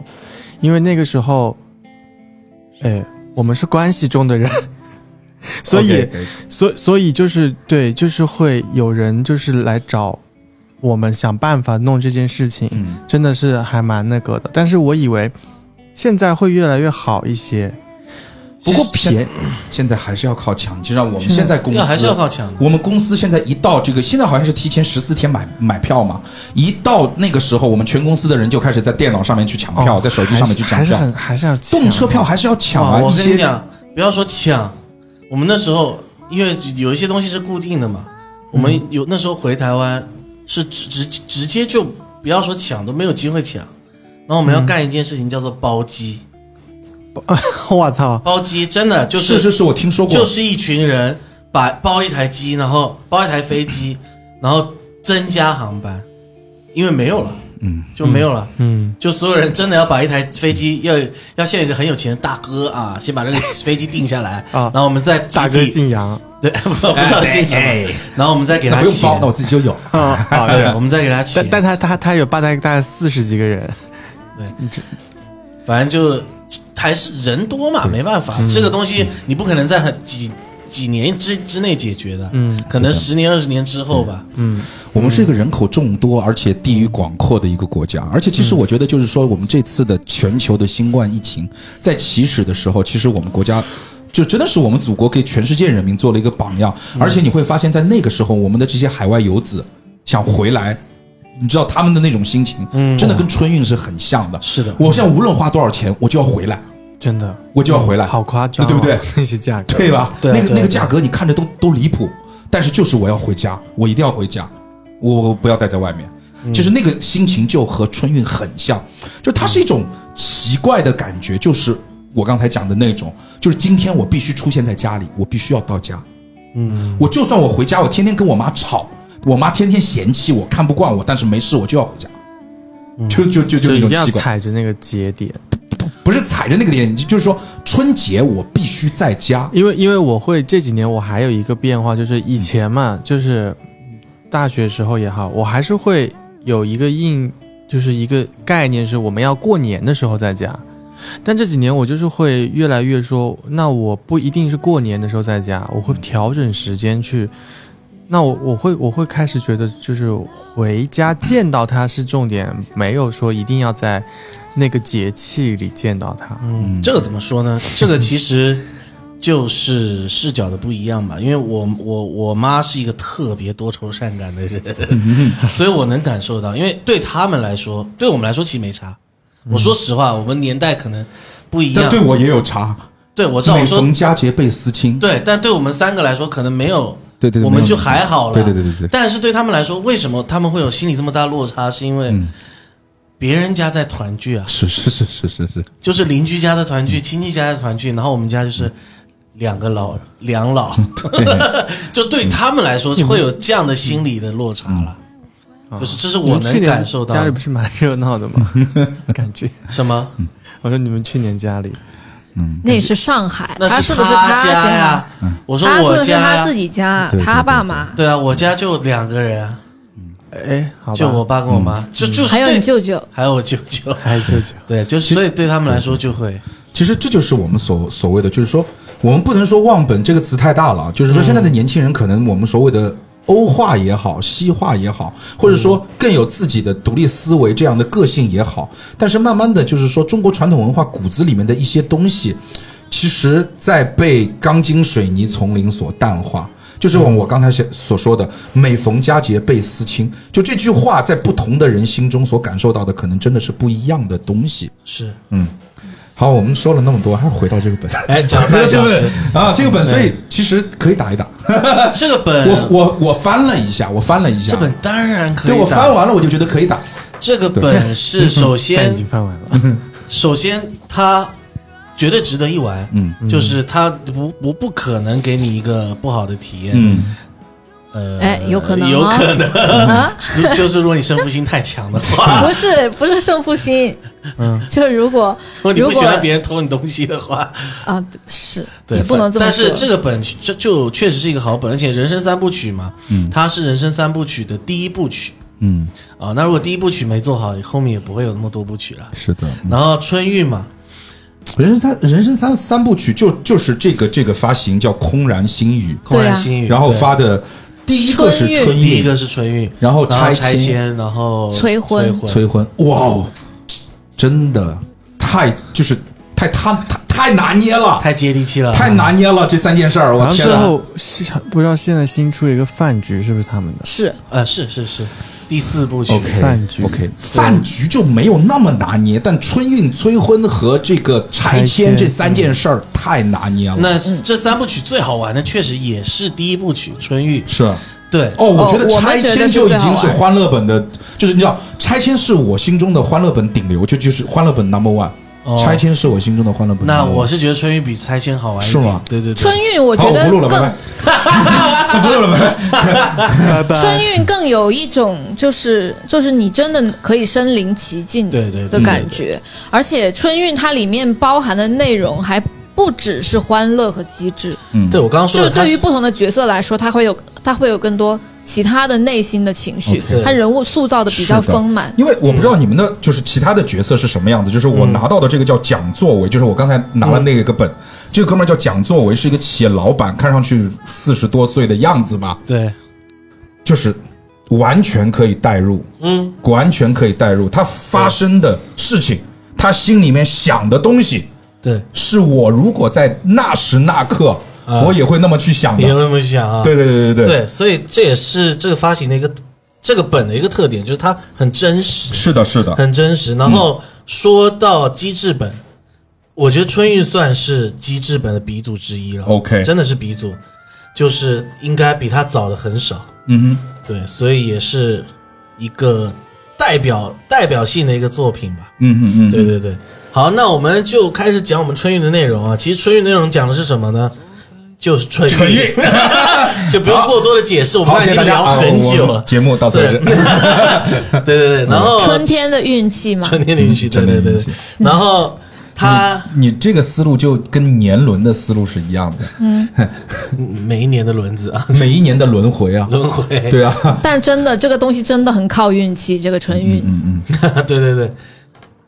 S5: 因为那个时候，哎，我们是关系中的人， [laughs] 所以
S4: OK，
S5: 所所以就是对，就是会有人就是来找我们想办法弄这件事情，
S4: 嗯，
S5: 真的是还蛮那个的。但是我以为现在会越来越好一些， [laughs] 不过
S4: 现
S5: 便
S4: 现在还是要靠抢。就像我们现在公司
S1: 要还是要靠抢的。
S4: 我们公司现在一到这个，现在好像是提前十四天买买票嘛，一到那个时候，我们全公司的人就开始在电脑上面去抢票，
S5: 哦
S4: 在手机上面去抢
S5: 还是
S4: 票
S5: 还是，很还是要抢
S4: 动车票还是要抢啊！
S1: 哦哇我
S4: 一
S1: 跟你
S4: 些
S1: 讲，不要说抢，我们那时候因为有一些东西是固定的嘛，我们有那时候回台湾是直直直接就不要说抢都没有机会抢，然后我
S4: 嗯
S1: 们要干一件事情叫做包机，
S5: 我操，
S1: 包机真的就是
S4: 是是，我听说过，
S1: 就是一群人把包一台机，然后包一台飞机，
S4: 嗯
S1: 然后增加航班，因为没有了，
S4: 嗯，
S1: 就没有了。
S5: 嗯，
S1: 就所有人真的要把一台飞机，要要像一个很有钱的大哥啊，先把这个飞机定下来
S5: 啊
S1: 然后我们再集体
S5: 大哥哎信仰
S1: 对， [laughs] 不不知道姓什么，然后我们再给
S4: 那
S1: 他
S4: 不用
S1: 起
S4: 包，那我自己就
S1: [laughs]
S4: 有。
S5: 啊 [laughs] 啊！
S1: 对，
S5: 对
S1: 我，们再给他起
S5: 但，但他他他有大概大概四十几个人，
S1: 反正就还是人多嘛，没办
S5: 嗯
S1: 法，这个东西你不可能在很几几年之之内解决的，嗯，可能十年二十年之后
S5: 嗯
S1: 吧，
S4: 嗯我们是一个人口众多而且地域广阔的一个国
S5: 嗯
S4: 家，而且其实我觉得就是说，我们这次的全球的新冠疫情在起始的时候，其实我们国家。就真的是我们祖国给全世界人民做了一个榜样，
S5: 嗯
S4: 而且你会发现在那个时候，我们的这些海外游子想回来，你知道他们的那种心情，
S5: 嗯
S4: 真的跟春运是很像的。
S1: 是的
S4: 我现在无论花多少钱，我就要回来，
S5: 真的
S4: 我就要回来，
S5: 好夸张哦，
S4: 对不对？
S5: [laughs] 那些价格，
S4: [laughs] 对吧？
S1: 对啊
S4: 那个
S1: 对啊
S4: 那个
S1: 对啊
S4: 价格你看着都都离谱，但是就是我要回家，我一定要回家，我我不要待在外面。
S1: 嗯
S4: 就是那个心情就和春运很像，就它是一种奇怪的感觉，就是我刚才讲的那种，就是今天我必须出现在家里，我必须要到家。嗯，我就算我回家，我天天跟我妈吵，我妈天天嫌弃我，看不惯我，但是没事我就要回家，就就就就
S5: 就
S4: 那
S5: 一
S4: 种
S5: 定要
S4: 奇怪。
S5: 踩着那个节点，
S4: 不是踩着那个点，就是说春节我必须在家。
S5: 因为因为我会这几年我还有一个变化，就是以前嘛，就是大学时候也好，我还是会有一个印，就是一个概念是我们要过年的时候在家。但这几年我就是会越来越说，那我不一定是过年的时候在家，我会调整时间去。那我我会我会开始觉得，就是回家见到他是重点，没有说一定要在那个节气里见到他。
S4: 嗯
S1: 这个怎么说呢？这个其实就是视角的不一样吧，因为我我我妈是一个特别多愁善感的
S4: [laughs]
S1: 人，所以我能感受到。因为对他们来说，对我们来说其实没差。我说实话，我们年代可能不一
S4: 嗯但
S1: 样。
S4: 对我也有差。
S1: 对我知道，我
S4: 每
S1: 说
S4: 逢佳节倍思亲。
S1: 对，但对我们三个来说，可能没有，
S4: 对对对
S1: 我
S4: 没
S1: 们
S4: 有
S1: 就还好了。
S4: 对对对对对
S1: 但是对他们来说，为什么他们会有心理这么大落差？是因为
S4: 嗯
S1: 别人家在团聚啊，
S4: 是是是是是是，
S1: 就是邻居家的团聚、亲戚家的团聚，然后我们家就是两个老两老， [laughs] 就对他们来说会有这样的心理的落差了。
S4: 啊
S1: 就是这是
S5: 嗯你
S1: 我
S5: 们去
S1: 能
S5: 年
S1: 感受到
S5: 家里
S1: 的
S5: 不是蛮热闹的
S1: [laughs]
S5: 吗？感觉
S1: 什么？
S5: [laughs] 我说你们去年家里，
S6: 那是上海，
S1: 嗯那
S6: 他说的是
S1: 他
S6: 家
S1: 家呀，我说
S6: 他说
S1: 我
S6: 的是
S1: 家
S6: 他
S1: 呀
S6: 自，己家
S4: 对，对
S6: 他
S4: 对
S6: 爸
S4: 对
S6: 妈，
S1: 对啊，我家就两个人啊，
S5: 哎，好吧，嗯
S1: 就我爸跟我妈，就就是
S6: 还有
S1: 对
S6: 你
S1: [laughs]
S6: 舅舅，
S1: 还有我舅舅，
S5: 还有舅舅，
S1: 对，就是所以对他们来说就会
S4: 其实这就是我们所所谓的，就是说我们不能说忘本这个词太大了，啊就是说现在的年轻人可能我们所谓的。欧化也好，西化也好，或者说更有自己的独立思维这样的个性也好，但是慢慢的就是说，中国传统文化骨子里面的一些东西，其实在被钢筋水泥丛林所淡化。就是我我刚才所所说的“每逢佳节倍思亲”，就这句话在不同的人心中所感受到的，可能真的是不一样的东西。
S1: 是
S4: 嗯好，我们说了那么多，还是回到这个本。
S1: 哎，讲了半
S4: 这
S1: 小
S4: 个 [laughs]
S1: 时，嗯
S4: 本啊，这个本，所以其实可以打一打。
S1: [laughs] 这个本
S4: 我我我翻了一下，我翻了一下，
S1: 这本当然可以
S4: 对我
S1: 打
S4: 翻完了，我就觉得可以打。
S1: 这个本是首
S5: [laughs] 但
S1: 先
S5: 已经翻完了，
S1: [laughs] 首先，它绝对值得一玩，
S4: 嗯
S1: 就是它不不不可能给你一个不好的体验，
S4: 嗯，
S1: 呃，
S6: 哎有可能哦
S1: 有可能，
S6: 啊
S1: [laughs] 就就是如果你胜负心太强的
S6: [laughs]
S1: 话，
S6: 不是不是胜负心，
S5: 嗯，
S6: 就如果
S1: [laughs] 如果你不
S6: 如果
S1: 喜欢别人偷你东西的话，
S6: 啊是
S1: 对，
S6: 也不能这么
S1: 但
S6: 说，
S1: 是这个本就就确实是一个好本，而且人生三部曲嘛，
S4: 嗯
S1: 它是人生三部曲的第一部曲
S4: 嗯，
S1: 啊。那如果第一部曲没做好，后面也不会有那么多部曲了。
S4: 是的。
S1: 然后春运嘛，
S4: 人生三人生三三部曲就就是这个这个发行叫《空然心语
S1: 空
S6: 对
S1: 然
S6: 啊
S1: 新语，》，
S4: 然后
S1: 对
S4: 发的第一个是
S6: 春运
S4: 春
S1: 第一
S4: 运，
S1: 个是春运，
S4: 然后
S1: 然后拆
S4: 迁、
S1: 迁，然后
S6: 催婚
S4: 催婚。哇哦，真的太就是太太太太拿捏了，
S1: 太接地气了，
S4: 太拿捏了这三件事儿，我
S5: 然后
S4: 天
S5: 之
S4: 哪！
S5: 后是不知道现在新出一个饭局是不是他们的？
S6: 是
S1: 呃，是是是，第四部曲
S4: OK，
S5: 饭局
S4: OK，饭局就没有那么拿捏，但春运、催婚和这个拆
S5: 拆
S4: 迁
S5: 迁
S4: 这三件事儿太拿捏了。
S1: 那这三部曲最好玩的，确实也是第一部曲《春玉》。
S4: 是哦，
S1: 对，
S4: 我觉得
S6: 我
S4: 拆
S6: 们觉得
S4: 迁
S6: 是
S4: 就已
S6: 最好
S4: 经是
S6: 玩
S4: 欢乐本的，就是你知道，拆迁是我心中的欢乐本顶流，就就是欢乐本 number one，、
S1: 哦
S4: 拆迁是我心中的欢乐本 number one。
S1: 那我是觉得《春玉》比《拆迁》好玩一点。
S4: 是吗
S1: 对对对。
S6: 春运我
S4: 好，
S6: 觉
S4: 我
S6: 得
S4: 不录了，拜
S1: [laughs]
S6: 更
S4: 拜。不录了，拜拜。
S5: 拜拜。
S6: 春运更有一种就是就是你真的可以身临其境
S1: 对对对
S6: 的感觉，而且春运它里面包含的内容还不只是欢乐和机智，
S4: 嗯，
S1: 对，我刚刚
S6: 就
S1: 说
S6: 是
S1: 的，它
S6: 对于
S1: 是
S6: 不同的角色来说，它会有它会有更多其他的内心的情绪
S1: OK，
S6: 它人物塑造的比较
S4: 是的
S6: 丰满。
S4: 因为我不知道
S1: 嗯
S4: 你们的就是其他的角色是什么样子，就是我拿到的这个叫蒋作为，就是我刚才拿了
S1: 嗯
S4: 那个本，这个哥们儿叫蒋作为，是一个企业老板，看上去四十多岁的样子吧，
S1: 对，
S4: 就是完全可以代入，
S1: 嗯，
S4: 完全可以代入他发生的事情，他心里面想的东西，
S1: 对，
S4: 是我如果在那时那刻，
S1: 啊
S4: 我也会那么去想
S1: 你有
S4: 的。
S1: 那么想啊？
S4: 对对对对，
S1: 对，所以这也是这个发行的一个这个本的一个特点，就是它很真实，
S4: 是的，是的，
S1: 很真实。然后说到机制本，我觉得春运算是机制本的鼻祖之一了。
S4: OK
S1: 真的是鼻祖，就是应该比它早的很少。
S4: 嗯
S1: 对，所以也是一个代表代表性的一个作品吧。
S4: 哼，嗯哼嗯，
S1: 对对对，好，那我们就开始讲我们春运的内容啊。其实春运内容讲的是什么呢？就是春运，
S4: 春运
S1: [laughs] 就不用过多的解释，我们
S4: 好，
S1: 刚
S4: 谢谢
S1: 才已经
S4: 大家
S1: 聊
S4: 啊我
S1: 很久
S4: 我
S1: 了
S4: 们。节目到此为止
S1: 对，对。对对，然后
S6: 春天的运气嘛，
S1: 春天的运气，
S4: 嗯
S1: 对
S4: 春天
S1: 对
S4: 的
S1: 对
S4: 运
S1: 对
S4: 气，
S1: 然后他
S4: 你这个思路就跟年轮的思路是一样的，
S1: [laughs]
S6: 嗯
S1: 每一年的轮子啊，
S4: 每一年的轮回啊，
S1: 轮回， [laughs] 对
S4: 对啊，
S6: 但真的这个东西真的很靠运气。这个春
S4: 嗯
S6: 运，
S1: [laughs] 对对对。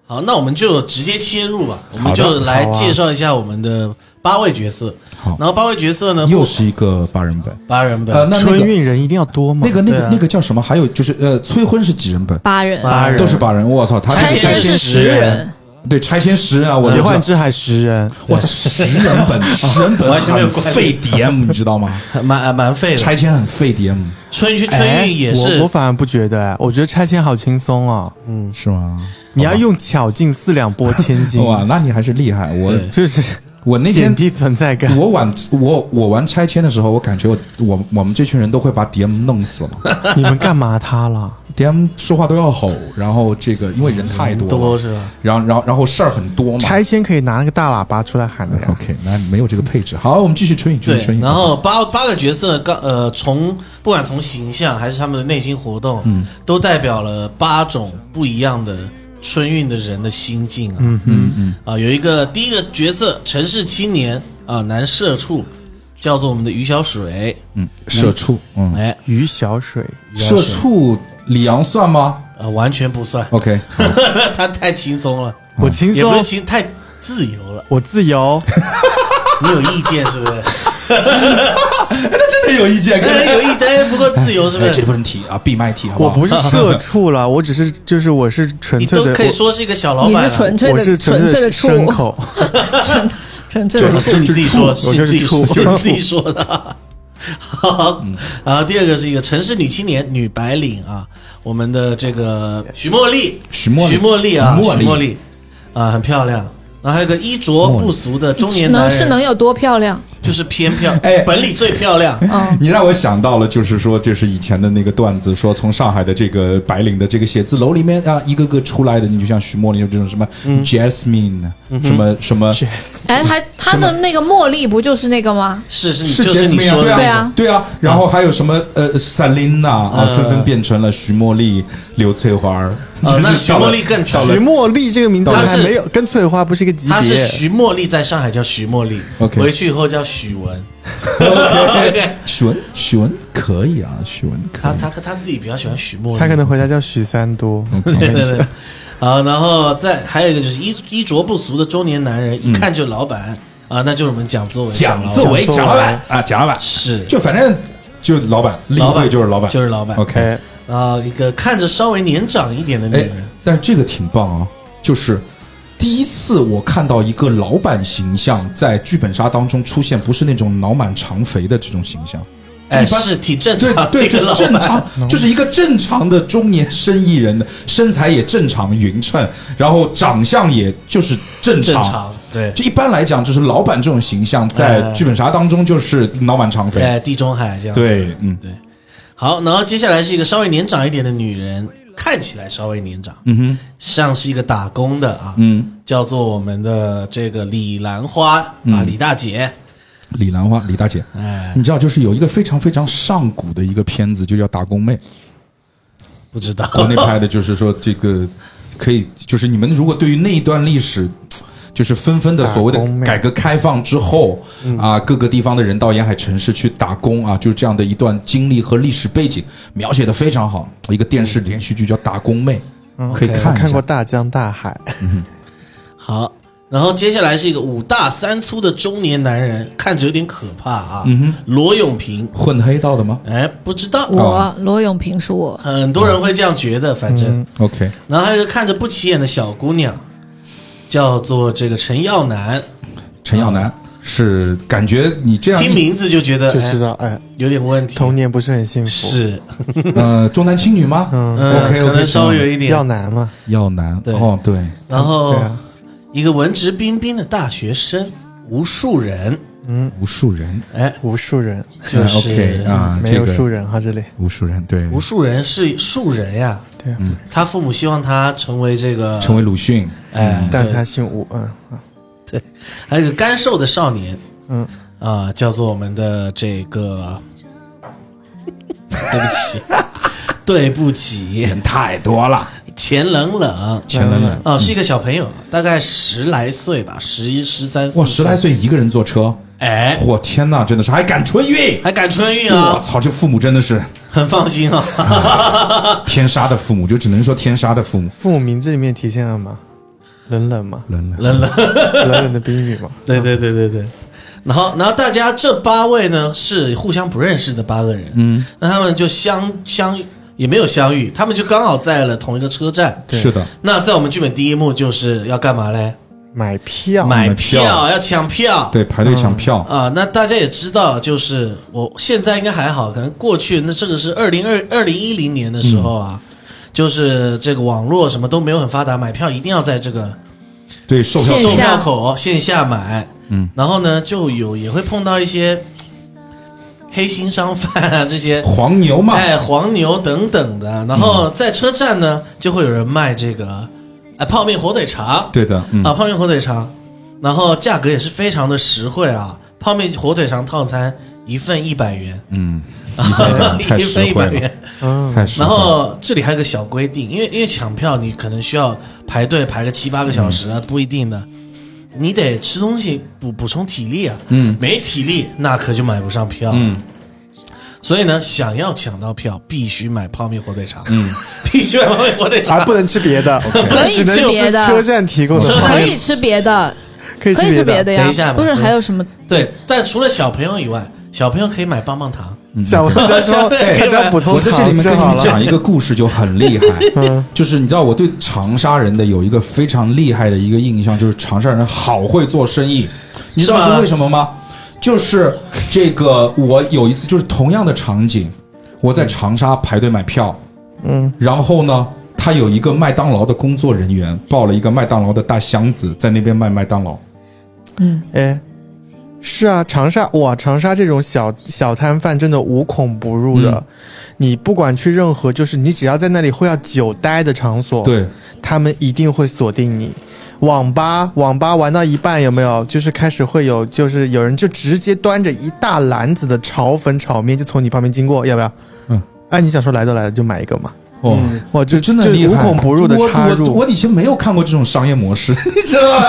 S1: 好，那我们就直接切入吧，我们就来介绍一下我们的八位角色。
S4: 好
S1: 然后八位角色呢，
S4: 又是一个八人本。
S1: 八人本，
S4: 呃，那那
S5: 春
S4: 个
S5: 运人一定要多嘛？
S4: 那个那
S1: 对
S4: 个
S1: 啊
S4: 那个叫什么？还有就是呃，催婚是几人本？
S6: 八人，
S1: 八人
S4: 都是八人。我操，他
S6: 拆
S1: 拆
S6: 迁
S1: 迁
S6: 是
S1: 是
S6: 十人，
S4: 对拆迁十人啊！我
S5: 奇幻
S4: 操，
S5: 之海十人，
S4: 我操，十人
S5: [laughs]
S4: 本，十人
S1: 我还
S4: 本
S1: 是没有
S4: 很
S1: 关注
S4: 费 [laughs] DM，你知道吗？
S1: [laughs] 蛮蛮废的。
S4: 拆迁很费 DM，
S1: 春运
S5: 哎
S1: 春运也是
S5: 我我反而不觉得，哎我觉得拆迁好轻松哦。
S4: 是吗？
S5: 你要用巧劲四两拨千
S4: [laughs]
S5: 斤，
S4: 哇，那你还是厉害。我
S1: 对
S5: 就是
S4: 我那天
S5: 减低存在感。
S4: 我玩我我玩拆迁的时候，我感觉我我我们这群人都会把 DM 弄死了。
S5: [laughs] 你们干嘛他了？
S4: DM 说话都要吼，然后这个因为人太多了，
S1: 多是吧？
S4: 然后然后然后事儿很多嘛。
S5: 拆迁可以拿那个大喇叭出来喊的呀。
S4: OK，那没有这个配置。好，我们继续春雨，继续
S1: 对
S4: 春，雨。
S1: 然后八八个角色刚呃，从不管从形象还是他们的内心活动，
S4: 嗯
S1: 都代表了八种不一样的春运的人的心境啊。嗯嗯嗯。啊，有一个第一个角色城市青年啊，男社畜，叫做我们的于小水。
S4: 嗯，社畜，嗯，
S1: 哎，
S5: 于小水，
S1: 于小
S4: 社畜李阳算吗
S1: 呃完全不算，
S4: ？OK，
S1: [laughs] 他太轻松了，
S5: 我轻
S1: 也不
S5: 松
S1: 是，轻，太自由了。
S5: [laughs] 我自由，
S1: 你有意见是不 [laughs] 是？
S4: 哎真的有意见
S1: 可能有意见，不够自由是不
S4: 哎，这
S1: 是
S4: 个？不能提啊，闭麦提，好
S5: 我
S4: 好？
S5: 不是社畜了，我只是就是我是纯
S1: 你
S5: 粹
S1: 都
S5: 的
S1: 可以说是一个小老
S6: 你
S1: 板啊
S6: 是
S1: 了。
S6: 纯
S5: 我，
S6: 粹
S5: 我
S6: 的
S5: 是纯
S6: 纯粹
S5: 粹
S6: 的
S5: 的牲
S6: 畜，
S5: 口。
S6: [laughs] 纯纯粹
S1: 这
S6: 的
S1: 嗯是 [laughs]
S6: 畜
S1: 你自己说，
S5: 我就是
S1: 你自己
S5: 畜
S1: 说，
S5: 我
S1: 你
S5: 就是
S1: 自己说的。好，然后第二个是一个城市女青年、女白领啊，我们的这个徐茉莉，
S4: 徐茉莉
S1: 徐茉莉啊，
S4: 茉莉
S1: 徐茉莉啊，很漂亮。然后还有个衣着不俗的中年男
S6: 能
S1: 人，
S6: 是能有多漂亮？
S1: 就是偏漂，
S4: 哎
S1: 本里最漂亮。
S5: 哎
S6: 嗯，
S4: 你让我想到了，就是说，就是以前的那个段子，说从上海的这个白领的这个写字楼里面啊，一个个出来的，你就像徐茉莉，就这种什么 Jasmine，什么什么，
S6: 嗯哎，还他的那个茉莉不就是那个吗？
S1: 是是，
S4: 是
S1: 就是你
S4: Jasmine 啊
S1: 说的那
S4: 对
S1: 种
S6: 对
S4: 啊
S6: 啊，
S4: 对啊，然后还有什么呃 Selina 啊，
S1: 嗯
S4: 纷纷变成了徐茉莉、刘翠花儿，真
S1: 啊
S4: 是
S1: 那徐
S4: 到了
S1: 茉莉更
S4: 到了
S5: 徐茉莉这个名字
S1: 她
S5: 还
S1: 是
S5: 没有跟翠花 [laughs] 不是一个级
S1: 她是
S5: 别，
S1: 徐茉莉，在上海叫徐茉莉
S4: OK
S1: 回去以后叫许文。
S4: OK，许文，许文可以啊，许文可
S1: 她
S4: 以。
S1: 她她自己比较喜欢许茉莉，
S5: 她可能回家叫许三多。
S4: [laughs]
S5: [laughs]
S1: 对对 [laughs] 对，啊，然后再还有一个就是衣衣着不俗的中年男人，一看就老板、啊，那就是我们蒋作为，
S4: 蒋
S1: 老
S4: 作
S1: 板
S4: 为，
S5: 蒋
S4: 蒋
S5: 老
S4: 老
S5: 板
S4: 板啊，蒋老板，
S1: 是
S4: 就反正就老板，例
S1: 老
S4: 会
S1: 板
S4: 就是老板，
S1: 就是老板
S4: OK。
S5: 哎，
S1: 啊，一个看着稍微年长一点的女
S4: 哎
S1: 人，，
S4: 但是这个挺棒啊，就是第一次我看到一个老板形象在剧本杀当中出现，不是那种脑满肠肥的这种形象。一
S1: 哎，
S4: 般
S1: 是挺正
S4: 对
S1: 常的
S4: 对，
S1: 一个
S4: 就
S1: 老
S4: 是
S1: 板，
S4: 正常，就是一个正常的中年生意人的身材也正常匀称，然后长相也就是正常。
S1: 正常对。
S4: 就一般来讲，就是老板这种形象在
S1: 哎
S4: 剧本杀当中就是脑满肠肥。
S1: 哎，地中海这样子
S4: 对，嗯，
S1: 对，好，然后接下来是一个稍微年长一点的女人，看起来稍微年长，
S4: 嗯
S1: 像是一个打工的啊，
S4: 嗯，
S1: 叫做我们的这个李兰花啊，李大姐，
S4: 哼，李兰花，李大姐，
S1: 哎，
S4: 你知道，就是有一个非常非常上古的一个片子，就叫《打工妹》，
S1: 不知道，
S4: 国内拍的，就是说这个可以，就是你们如果对于那一段历史。就是纷纷的所谓
S5: 打工
S4: 的
S5: 妹
S4: 改革开放之后
S1: 嗯
S4: 啊，各个地方的人到沿海城市去打工啊，就是这样的一段经历和历史背景描写的非常好。一个电视
S1: 嗯
S4: 连续剧叫《打工妹》，可以
S5: 我
S4: 看一
S5: 看
S4: 下。
S5: 过《
S4: 嗯
S5: 大江大海》，
S1: 好，然后接下来是一个五大三粗的中年男人，看着有点可怕啊，
S4: 嗯
S1: 罗永平，
S4: 混黑道的吗
S1: 哎，不知道，啊
S6: 我罗永平是我，
S1: 很多人会这样觉得，反正，
S5: 嗯
S4: ？OK，
S1: 然后还有一个看着不起眼的小姑娘，叫做这个陈耀南，
S4: 陈耀南是感觉你这样一
S1: 嗯听名字就觉得
S5: 就
S1: 哎
S5: 知道哎，
S1: 有点问题，
S5: 童年不是很幸福。
S1: 是，
S4: [laughs] 呃重男轻女吗？
S5: 嗯
S1: 嗯，
S4: ，OK
S1: 可
S4: OK，
S1: 能稍微有一点
S5: 要难嘛，
S4: 耀南
S1: 对
S4: 哦对，
S1: 然后
S5: 对啊
S1: 一个文质彬彬的大学生，无数人，
S4: 无数人
S1: 哎，
S5: 嗯无数人，嗯
S1: 就
S4: OK
S1: 是
S4: 啊，
S5: 没
S4: 这
S5: 有
S4: 个
S5: 数人哈，这里
S4: 无数人对，嗯
S1: 无数人是树人呀。
S5: 对啊，
S1: 他父母希望他成为这个
S4: 成为鲁迅，
S1: 呃哎，
S5: 但
S1: 对
S5: 他姓吴，
S1: [laughs]
S5: 嗯，
S1: 还有一个干瘦的少年，
S5: 嗯
S1: 啊、叫做我们的这
S4: [laughs]
S1: 个，对不起，对不起，
S4: 人太多了，
S1: 钱冷冷。
S4: 钱冷嗯冷。
S1: 啊、是一个小朋友，大概十来岁吧，十一、十三、
S4: 哇，十来，岁一个人坐车，
S1: 哎，
S4: 我天哪，真的是还赶春运！
S1: 还赶春运
S4: 我
S1: 啊，
S4: 操，这父母真的是
S1: 很放心
S4: [laughs]
S1: 啊。
S4: 天杀的父母，就只能说天杀的父母。
S5: 父母名字里面体现了吗？冷冷嘛，
S4: 冷冷，
S1: 冷冷，
S5: 冷冷的冰雨嘛，
S1: 对对对对对。然后，然后大家这八位呢是互相不认识的八个人，嗯，那他们就相相也没有相遇，他们就刚好在了同一个车站。
S4: 是的，
S1: 那在我们剧本第一幕就是要干嘛嘞？
S5: 买票，
S1: 买
S4: 票
S1: 要抢票。
S4: 对，排队抢票，
S1: 啊，那大家也知道，就是我现在应该还好，可能过去那这个是二零二二零一零年的时候啊，就是这个网络什么都没有很发达，买票一定要在这个
S4: 对，售票
S6: 线
S1: 售
S6: 下
S1: 票口线下买，
S4: 嗯，
S1: 然后呢就有也会碰到一些嘖黑心商贩啊这些，
S4: 黄牛嘛，嗯
S1: 哎黄牛等等的，然后在车站呢就会有人卖这个，哎泡面火腿肠，
S4: 对的，嗯，
S1: 啊泡面火腿肠，然后价格也是非常的实惠啊，泡面火腿肠套餐一份一百元，
S4: 嗯，一分一分太
S1: [laughs] 一
S4: 实
S1: 份一
S4: 惠
S1: 百
S4: 了，
S1: 元，
S5: 嗯，
S4: 太实惠
S1: 然
S4: 了。
S1: 后这里还有个小规定，因为因为抢票你可能需要排队排个七八个小时
S4: 嗯
S1: 啊，不一定的。你得吃东西补补充体力啊，
S4: 嗯
S1: 没体力那可就买不上票，
S4: 嗯，
S1: 所以呢，想要抢到票必须买泡面火腿肠，嗯， [laughs] [laughs] 必须买泡面火腿肠，
S5: 啊，不能吃
S4: [laughs]
S5: 别的，
S6: 可以
S5: 只能
S6: 吃别
S5: 吃
S1: 啊
S6: 的
S5: 车站提供的
S1: 车站
S5: 泡
S6: 可
S5: 面，
S6: 以吃别的，
S5: 可以
S6: 可以吃
S5: 吃别
S6: 别的
S5: 的。
S1: 等一下
S6: 呀，
S1: 吧
S6: 不是还有什么？
S1: 对，但除了小朋友以外，小朋友可以买棒棒糖， [laughs]
S5: 小王家说，他家普通
S4: 嗯我在这里
S5: 糖
S4: 面跟
S5: 就
S4: 你
S5: 好
S4: 们讲
S5: [laughs] 了。嗯
S4: 一个故事就很厉
S5: [laughs]
S4: 害，就是你知道我对长沙人的有一个非常厉害的一个印象，就是长沙人好会做生意，你知
S1: 是
S4: 道
S1: 吗
S4: 是为什么吗？就是这个，我有一次就是同样的场景，我在长沙排队买票，嗯，然后呢，他有一个麦当劳的工作人员抱了一个麦当劳的大箱子在那边卖麦当劳，
S5: 哎，是啊，长沙哇，长沙这种小小摊贩真的无孔不入的。
S4: 嗯
S5: 你不管去任何，就是你只要在那里会要久待的场所，，
S4: 对，
S5: 他们一定会锁定你。网吧，网吧玩到一半有没有？就是开始会有，就是有人就直接端着一大篮子的炒粉、炒面就从你旁边经过，要不要？
S4: 嗯，
S5: 哎，你想说来都来了就买一个嘛。
S1: 嗯
S4: 哦。
S5: 哇，就
S4: 这真的
S5: 就
S4: 厉害
S5: 无孔不入的插
S4: 我
S5: 入
S4: 我我以前没有看过这种商业模式，你知道吗？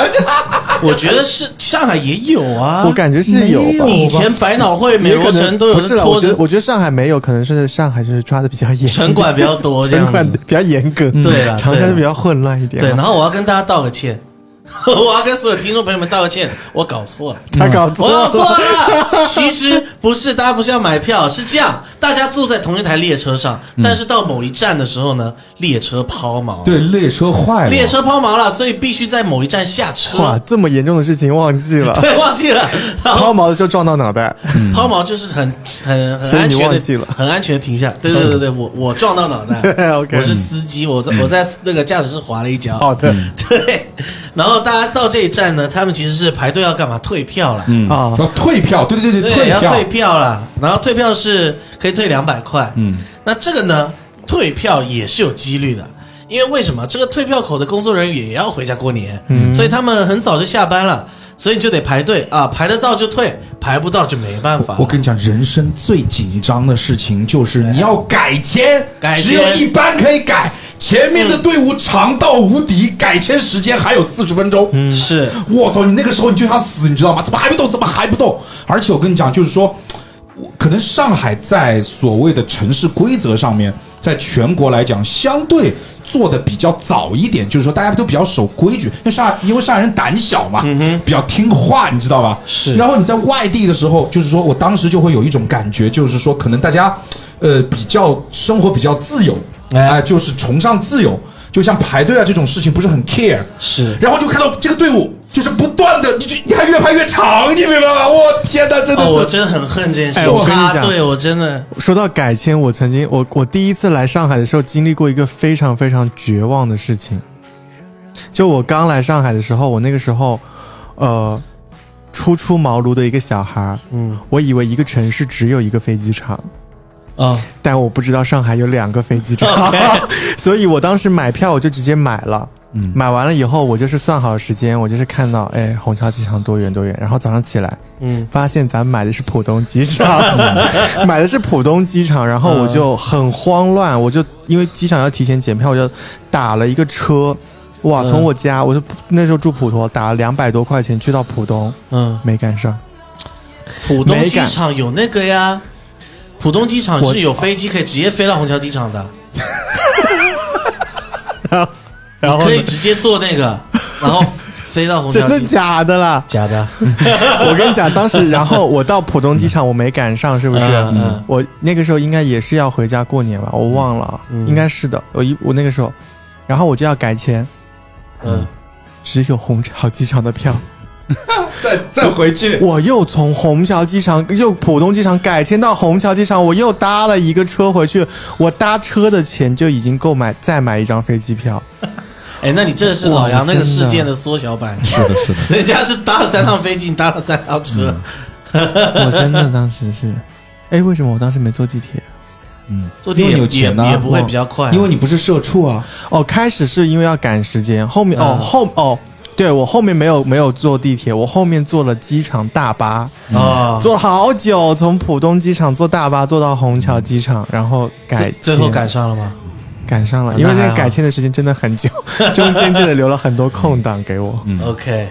S1: 我觉得是上海也有啊，
S5: 我感觉是有吧。
S1: 以前百脑汇、美
S5: 也可
S1: 国
S5: 能
S1: 城都有
S5: 不是
S1: 人
S5: 了，我
S1: 拖
S5: 觉得
S1: 着
S5: 我觉得上海没有，可能是上海就是抓的比较严，
S1: 城管比较多这
S5: 城
S1: 样
S5: 管
S1: 子。嗯
S5: 比较严格，
S1: 对啦
S5: 长
S1: 对
S5: 沙
S1: 啦
S5: 比较混乱一点。啊
S1: 对，然后我要跟大家道个歉， [laughs] 我要跟所有听众朋友们道个歉，我搞错了。
S5: 嗯他搞
S1: 我
S5: 错
S1: 搞错
S5: 了，
S1: 了，其实不是，大家不是要买票，是这样，大家坐在同一台列车上，
S4: 嗯
S1: 但是到某一站的时候呢，列车抛锚，
S4: 对，，列车坏了，
S1: 列车抛锚了，所以必须在某一站下
S5: 哇
S1: 车，。
S5: 这么严重的事情忘记了。
S1: [laughs] 对，忘记了，然后
S5: 抛锚的时候撞到脑袋，
S1: 抛锚就是很很很
S5: 嗯所以
S1: 安
S5: 你
S1: 全
S5: 忘记
S1: 的
S5: 了，嗯
S1: 很安全地停下。对对对对，我我撞到脑袋，
S5: [laughs] 对，OK 嗯
S1: 我是司机，我在我在那个驾驶室滑了一跤。
S5: 哦对
S4: 嗯
S1: 对，然后大家到这一站呢，他们其实是排队要干嘛？退票了。
S4: 嗯
S5: 啊
S4: 要退票，对对对
S1: 对，
S4: 退
S1: 要
S4: 票，
S1: 退票啦，然后退票是可以退两百块。
S4: 嗯，
S1: 那这个呢，退票也是有几率的，因为为什么？这个退票口的工作人员也要回家过年，
S5: 嗯
S1: 所以他们很早就下班了，所以你就得排队啊，排得到就退，排不到就没办法。
S4: 我跟你讲，人生最紧张的事情就是你要改签，
S1: 改签嗯
S4: 只有一班可以改，前面的队伍长到无敌，改签时间还有四十分钟。嗯，
S1: 是
S4: 我操，你那个时候你就想死，你知道吗？怎么还不动？怎么还不动？而且我跟你讲，就是说，我可能上海在所谓的城市规则上面，在全国来讲，相对做的比较早一点，就是说大家都比较守规矩，因为上海因为上海人胆小嘛，比较听话，你知道吧？
S1: 是
S4: 然后你在外地的时候，就是说我当时就会有一种感觉，就是说可能大家，呃，比较生活比较自由，哎、就是崇尚自由。就像排队啊这种事情不是很 care，
S1: 是
S4: 然后就看到这个队伍就是不断的，你就你还越排越长，你明白吗？我天哪，真的
S1: 哦，我
S4: 是，
S1: 真的很恨这件事
S5: 哎我
S1: 情，
S5: 跟你
S1: 插
S5: 讲
S1: 队啊我真的
S5: 说到改签，我曾经我我第一次来上海的时候，经历过一个非常非常绝望的事情。就我刚来上海的时候，我那个时候，呃，初出茅庐的一个小孩儿，嗯，我以为一个城市只有一个飞机场，
S1: 啊，
S5: 但我不知道上海有两个飞机 [laughs] 场，所以我当时买票我就直接买了。买完了以后，我就是算好了时间，我就是看到，哎，虹桥机场多远多远，然后早上起来，嗯，发现咱买的是浦东机 [laughs] 场，买的是浦东机场，然后
S1: 嗯
S5: 我就很慌乱，我就因为机场要提前检票，我就打了一个车，哇，
S1: 嗯
S5: 从我家，我就那时候住普陀，打了两百多块钱去到浦东，
S1: 嗯，
S5: 没赶上，
S1: 浦东
S5: 没
S1: 机
S5: 敢
S1: 场有那个呀，浦东机场
S5: 我
S1: 是有飞机可以直接飞到虹桥机场的，
S5: 然后
S1: 可
S5: 呢
S1: 以直接坐那个，然后飞到虹桥
S5: [laughs] 真的
S1: 机场。
S5: 假的啦？
S1: [laughs] 假的，
S5: [laughs] 我跟你讲，当时然后我到浦东机场，我没赶上，是不是？
S1: 嗯嗯
S5: 我那个时候应该也是要回家过年吧，我忘了，
S1: 嗯
S5: 应该是的。我一我那个时候，然后我就要改签，
S1: 嗯，
S5: 只有虹桥机场的票。
S4: [laughs] 再再回去，
S5: 我又从虹桥机场又浦东机场改签到虹桥机场，我又搭了一个车回去。我搭车的钱就已经购买再买一张飞机票。
S1: 哎，那你这是老杨那个事件的缩小版，
S4: 是的，是的，
S1: [laughs] 人家是搭了三趟飞机，你搭了三趟车，
S4: [laughs] 嗯
S5: 我真的当时是，哎，为什么我当时没坐地铁？
S1: 坐地
S4: 嗯因为
S1: 铁
S4: 你有
S1: 也
S4: 钱啊
S1: 也不会比较快，
S4: 因为你不是社畜啊，
S5: 哦，开始是因为要赶时间，后面哦、
S1: 嗯
S5: 后哦，对我后面没有没有坐地铁，我后面坐了机场大巴，
S4: 嗯
S1: 啊，
S5: 坐好久，从浦东机场坐大巴坐到虹桥机场，然后改
S1: 最最后
S5: 签
S1: 赶上了吗？
S5: 赶上
S4: 哦
S5: 了，
S1: 那
S5: 因为
S1: 还
S5: 那
S1: 好
S5: 个改签的时间真的很久， [laughs] 中间真的留了很多空档给我。
S1: [laughs]
S4: 嗯
S1: OK，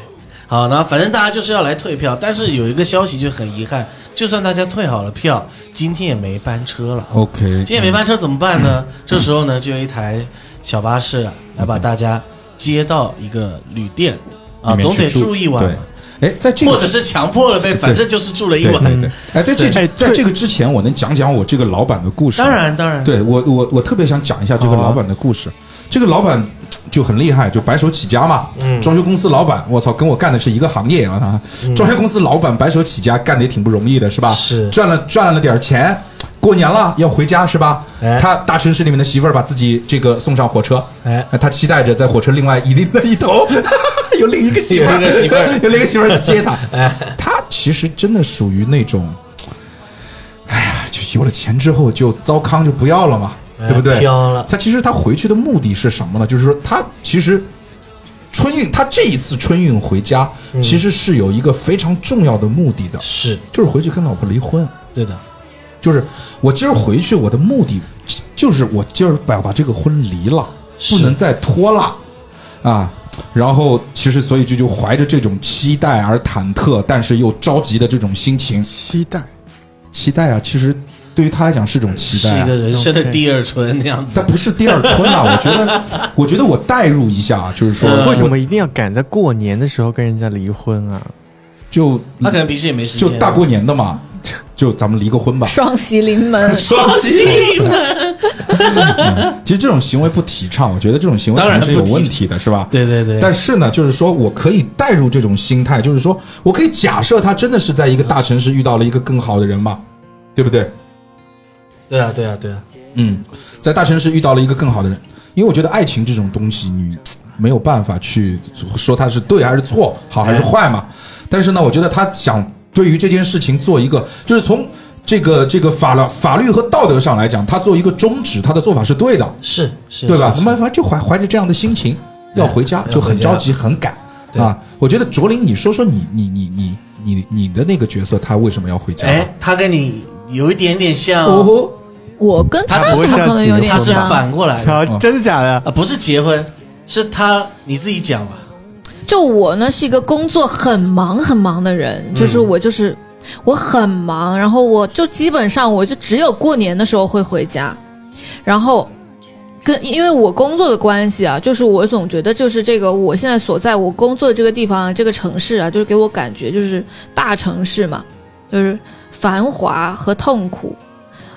S1: 好，那反正大家就是要来退票，但是有一个消息就很遗憾，就算大家退好了票，今天也没班车了。
S4: OK，
S1: 今天也没班车怎么办呢？
S4: 嗯
S1: 这时候呢，就有一台小巴士啊，来把大家接到一个旅店啊，
S4: 里面
S1: 总得
S4: 去
S1: 住一晚
S4: 对
S1: 嘛，
S4: 哎，在这个
S1: 或者是强迫了呗，反正就是住了一晚。
S4: 对对对，哎，在这
S5: 对
S4: 在这个之前，我能讲讲我这个老板的故事吗。
S1: 当然当然，
S4: 对我我我特别想讲一下这个老板的故事。这个老板就很厉害，就白手起家嘛。
S1: 嗯
S4: 装修公司老板，我操，跟我干的是一个行业啊！他装修公司老板白手起家，干的也挺不容易的，是吧？
S1: 是
S4: 赚了赚了点钱，过年了要回家是吧？
S1: 哎
S4: 他大城市里面的媳妇儿把自己这个送上火车，
S1: 哎
S4: 他期待着在火车另外一另一头有另一个媳妇儿，
S1: 有另一个媳妇
S4: [laughs]
S1: 儿哎
S4: 有另一个媳妇儿去接
S1: [laughs]
S4: 他。他其实真的属于那种，哎呀，就有了钱之后就糟糠就不要了嘛，
S1: 哎
S4: 对不对？
S1: 飘了
S4: 他其实他回去的目的是什么呢？就是说他其实。春运，他这一次春运回家，其实是有一个非常重要的目的的，
S1: 嗯是
S4: 就是回去跟老婆离婚。
S1: 对的，
S4: 就是我今儿回去，我的目的就是我今儿把把这个婚离了，
S1: 是
S4: 不能再拖了啊。然后其实所以就就怀着这种期待而忐忑，但是又着急的这种心情，
S5: 期待
S4: 期待啊，其实对于他来讲是一种期
S1: 是
S4: 待
S1: 一
S4: 啊、
S1: 个人生的第二春那样子。
S4: 但不是第二春啊，我觉得，我觉得我代入一下，就是说，
S1: 嗯
S5: 为什么一定要赶在过年的时候跟人家离婚啊？
S4: 就
S1: 他可能平时也没时间
S4: 就
S1: 啊，
S4: 大过年的嘛，就咱们离个婚吧。
S5: 啊
S6: 双喜临
S1: [laughs]
S6: 门，
S1: 双喜临门。
S4: 其实这种行为不提倡，我觉得这种行为
S1: 当然
S4: 肯定是
S1: 不提
S4: 有
S1: 倡
S4: 问题的，是吧？
S1: 对对对，
S4: 但是呢，就是说我可以带入这种心态，就是说我可以假设他真的是在一个大城市遇到了一个更好的人嘛，对不对？
S1: [laughs] 对啊对啊对啊，
S4: 嗯，在大城市遇到了一个更好的人，因为我觉得爱情这种东西，你没有办法去说它是对还是错，好还是坏嘛。
S1: 哎
S4: 但是呢，我觉得他想对于这件事情做一个，就是从这个这个法了法律和道德上来讲，他做一个终止，他的做法是对的，
S1: 是是，
S4: 对吧？
S1: 是
S4: 那
S1: 是
S4: 么反正就怀怀着这样的心情要回家，
S1: 要
S4: 就很
S1: 回家
S4: 着急，很赶
S1: 对
S4: 啊。我觉得卓林，你说说你你你你你你的那个角色，他为什么要回家？
S1: 哎，他跟你有一点点像
S4: 哦
S1: 哦，
S4: 吼，
S6: 我跟
S1: 他
S6: 他
S1: 不
S6: 怎
S1: 会
S6: 么
S5: 是要
S6: 可能有
S5: 结
S6: 点
S1: 他是
S6: 像？
S1: 反过来的
S5: 啊，
S4: 哦
S5: 真的假的？
S1: 啊，不是结婚，是他你自己讲吧。
S6: 就我呢是一个工作很忙很忙的人，就是我就是我很忙，然后我就基本上我就只有过年的时候会回家，然后。跟因为我工作的关系啊，就是我总觉得就是这个我现在所在我工作的这个地方啊，这个城市啊，就是给我感觉就是大城市嘛，就是繁华和痛苦，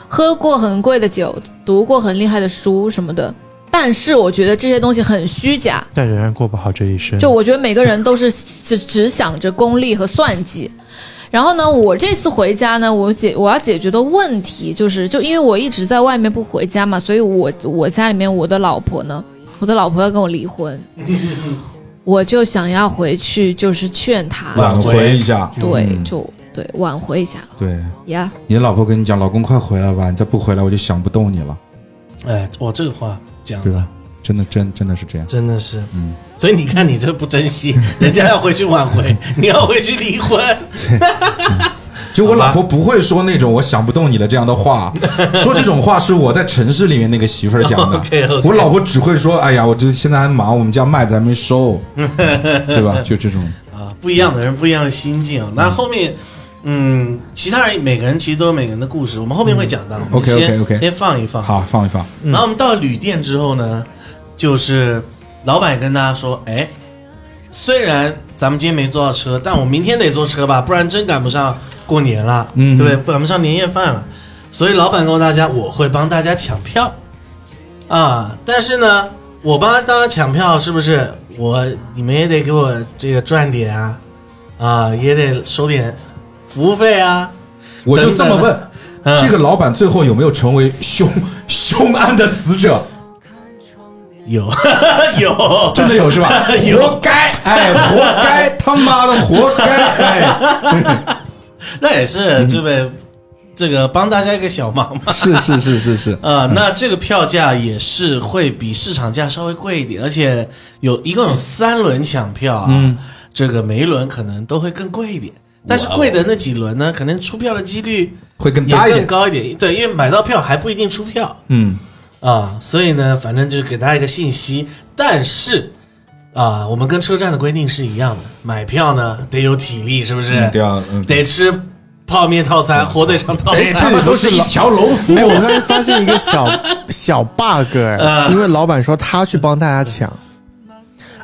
S6: 喝过很贵的酒，读过很厉害的书什么的，但是我觉得这些东西很虚假，
S8: 但仍然过不好这一生。
S6: 就我觉得每个人都是 [laughs] 只只想着功利和算计。然后呢，我这次回家呢，我解我要解决的问题就是，就因为我一直在外面不回家嘛，所以我我家里面我的老婆呢，我的老婆要跟我离婚，我就想要回去就是劝她，
S4: 挽
S1: 回
S4: 回一下，
S6: 对，
S4: 嗯
S6: 就对挽回一下
S4: 对。
S6: 呀。
S4: 你的老婆跟你讲，老公快回来吧，你再不回来我就想不动你了，
S1: 哎，我这个话讲
S4: 对吧？真的真真的是这样，
S1: 真的是，嗯，所以你看你这不
S4: [laughs]
S1: 珍惜，人家要回去挽回，你要回去离婚，
S4: 就我老婆不会说那种我想不动你的这样的
S1: [laughs]
S4: 话，说这种话是我在城市里面那个媳妇儿讲的。
S1: [laughs] OK，OK
S4: 我老婆只会说，哎呀，我这现在还忙，我们家麦子还没收，对吧？就这种，
S1: 啊，不一样的人，不一样的心境啊。那后面，嗯，其他人每个人其实都有每个人的故事，我们后面会讲到。我们
S4: 嗯 OK，OK，OK
S1: 先先放一放。
S4: 好，放一放。
S1: 然后我们到旅店之后呢，就是老板跟大家说，哎，虽然咱们今天没坐到车，但我明天得坐车吧，不然真赶不上过年了，
S4: 嗯
S1: 对不对？赶不上年夜饭了。所以老板告诉大家，我会帮大家抢票啊，但是呢，我帮大家抢票是不是？我你们也得给我这个赚点啊，啊，也得收点服务费啊。
S4: 我就这么
S1: 等
S4: 问，
S1: 嗯
S4: 这个老板最后有没有成为凶凶案的死者？
S1: 有 [laughs] 有，？
S4: 真的有是吧
S1: [laughs] 有
S4: 活该，哎，活该，他妈的活该，哎，
S1: 那也是这位这个帮大家一个小忙嘛。
S4: 是是
S1: [laughs]
S4: 嗯是是是，
S1: 呃，那这个票价也是会比市场价稍微贵一点，而且有一共有三轮抢票啊，
S4: 嗯
S1: 这个每一轮可能都会更贵一点，但是贵的那几轮呢，可能出票的几率
S4: 哦会更
S1: 也
S4: 大一
S1: 更
S4: 点。
S1: 高一点，对，因为买到票还不一定出票，
S4: 嗯，
S1: 啊，所以呢，反正就是给大家一个信息，但是啊，我们跟车站的规定是一样的，买票呢得有体力， [laughs] 是不是？
S4: 嗯对啊嗯
S1: 得吃泡面套餐、火腿肠套餐，
S4: 这哎里都是一条龙服务
S5: 哎，。我刚才发现一个小小 bug，哎
S1: 嗯
S5: 因为老板说他去帮大家抢，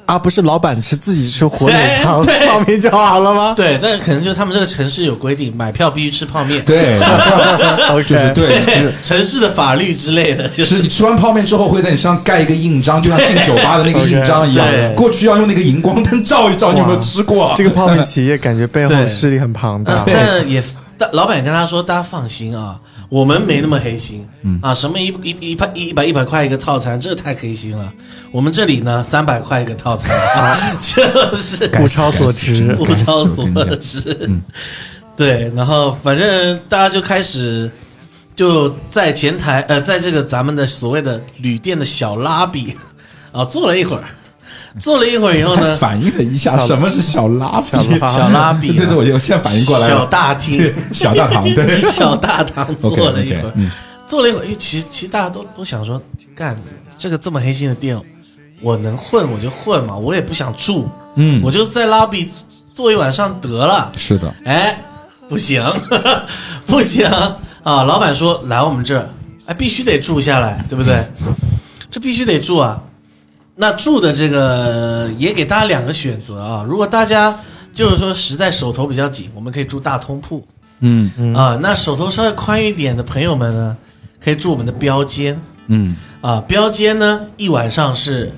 S5: 啊，不是老板吃自己吃火腿肠
S1: [laughs] 哎对
S5: 泡面就好了吗？
S1: [laughs] 对，但可能就他们这个城市有规定，买票必须吃泡面， [laughs]
S4: 对，
S5: ，OK，
S4: 就是对，就是。
S1: 城市的法律之类的，就是是
S4: 你吃完泡面之后会在你身上盖一个印章，就像进酒吧的那个印章一样
S1: OK，对。 [laughs]
S4: 过去要用那个荧光灯照一照，你有没有吃过？啊
S5: 这个泡面企业感觉背后
S1: 对
S5: 势力很庞
S1: 啊
S5: 大。
S1: 但也但老板也跟他说，大家放心啊，我们没那么黑心，啊，什么一一一百一百一百块一个套餐，这太黑心了。我们这里呢，三百块一个套餐，啊、就是
S5: 物超所值，
S1: 物超所值。
S4: 嗯
S1: 对，然后反正大家就开始就在前台，呃，在这个咱们的所谓的旅店的小拉比 [laughs] 啊，坐了一会儿，坐了一会儿以后
S4: 他
S1: 呢，
S4: 啊反应了一下，
S5: 小
S4: 什么是小拉比？
S1: 小拉比啊
S4: 对对，我我现在反应过来了。
S1: 小大厅，
S4: 对，小大堂，对
S1: [laughs] 小
S4: [laughs]
S1: 大堂
S4: OK，
S1: 坐了一会儿
S4: OK，嗯
S1: 坐了一会儿，因为其实其实大家都都想说，干这个这么黑心的店，我能混我就混嘛，我也不想住，
S4: 嗯
S1: 我就在拉比 [laughs] 坐一晚上得了。
S4: 是的，
S1: [laughs] 哎，不行，不行啊，老板说来我们这儿，哎，必须得住下来，对不对？这必须得住啊。那住的这个也给大家两个选择啊，如果大家就是说实在手头比较紧，我们可以住大通铺，
S4: 嗯
S1: 啊，那手头稍微宽一点的朋友们呢，可以住我们的标间
S4: 嗯，
S1: 啊。标间呢，一晚上是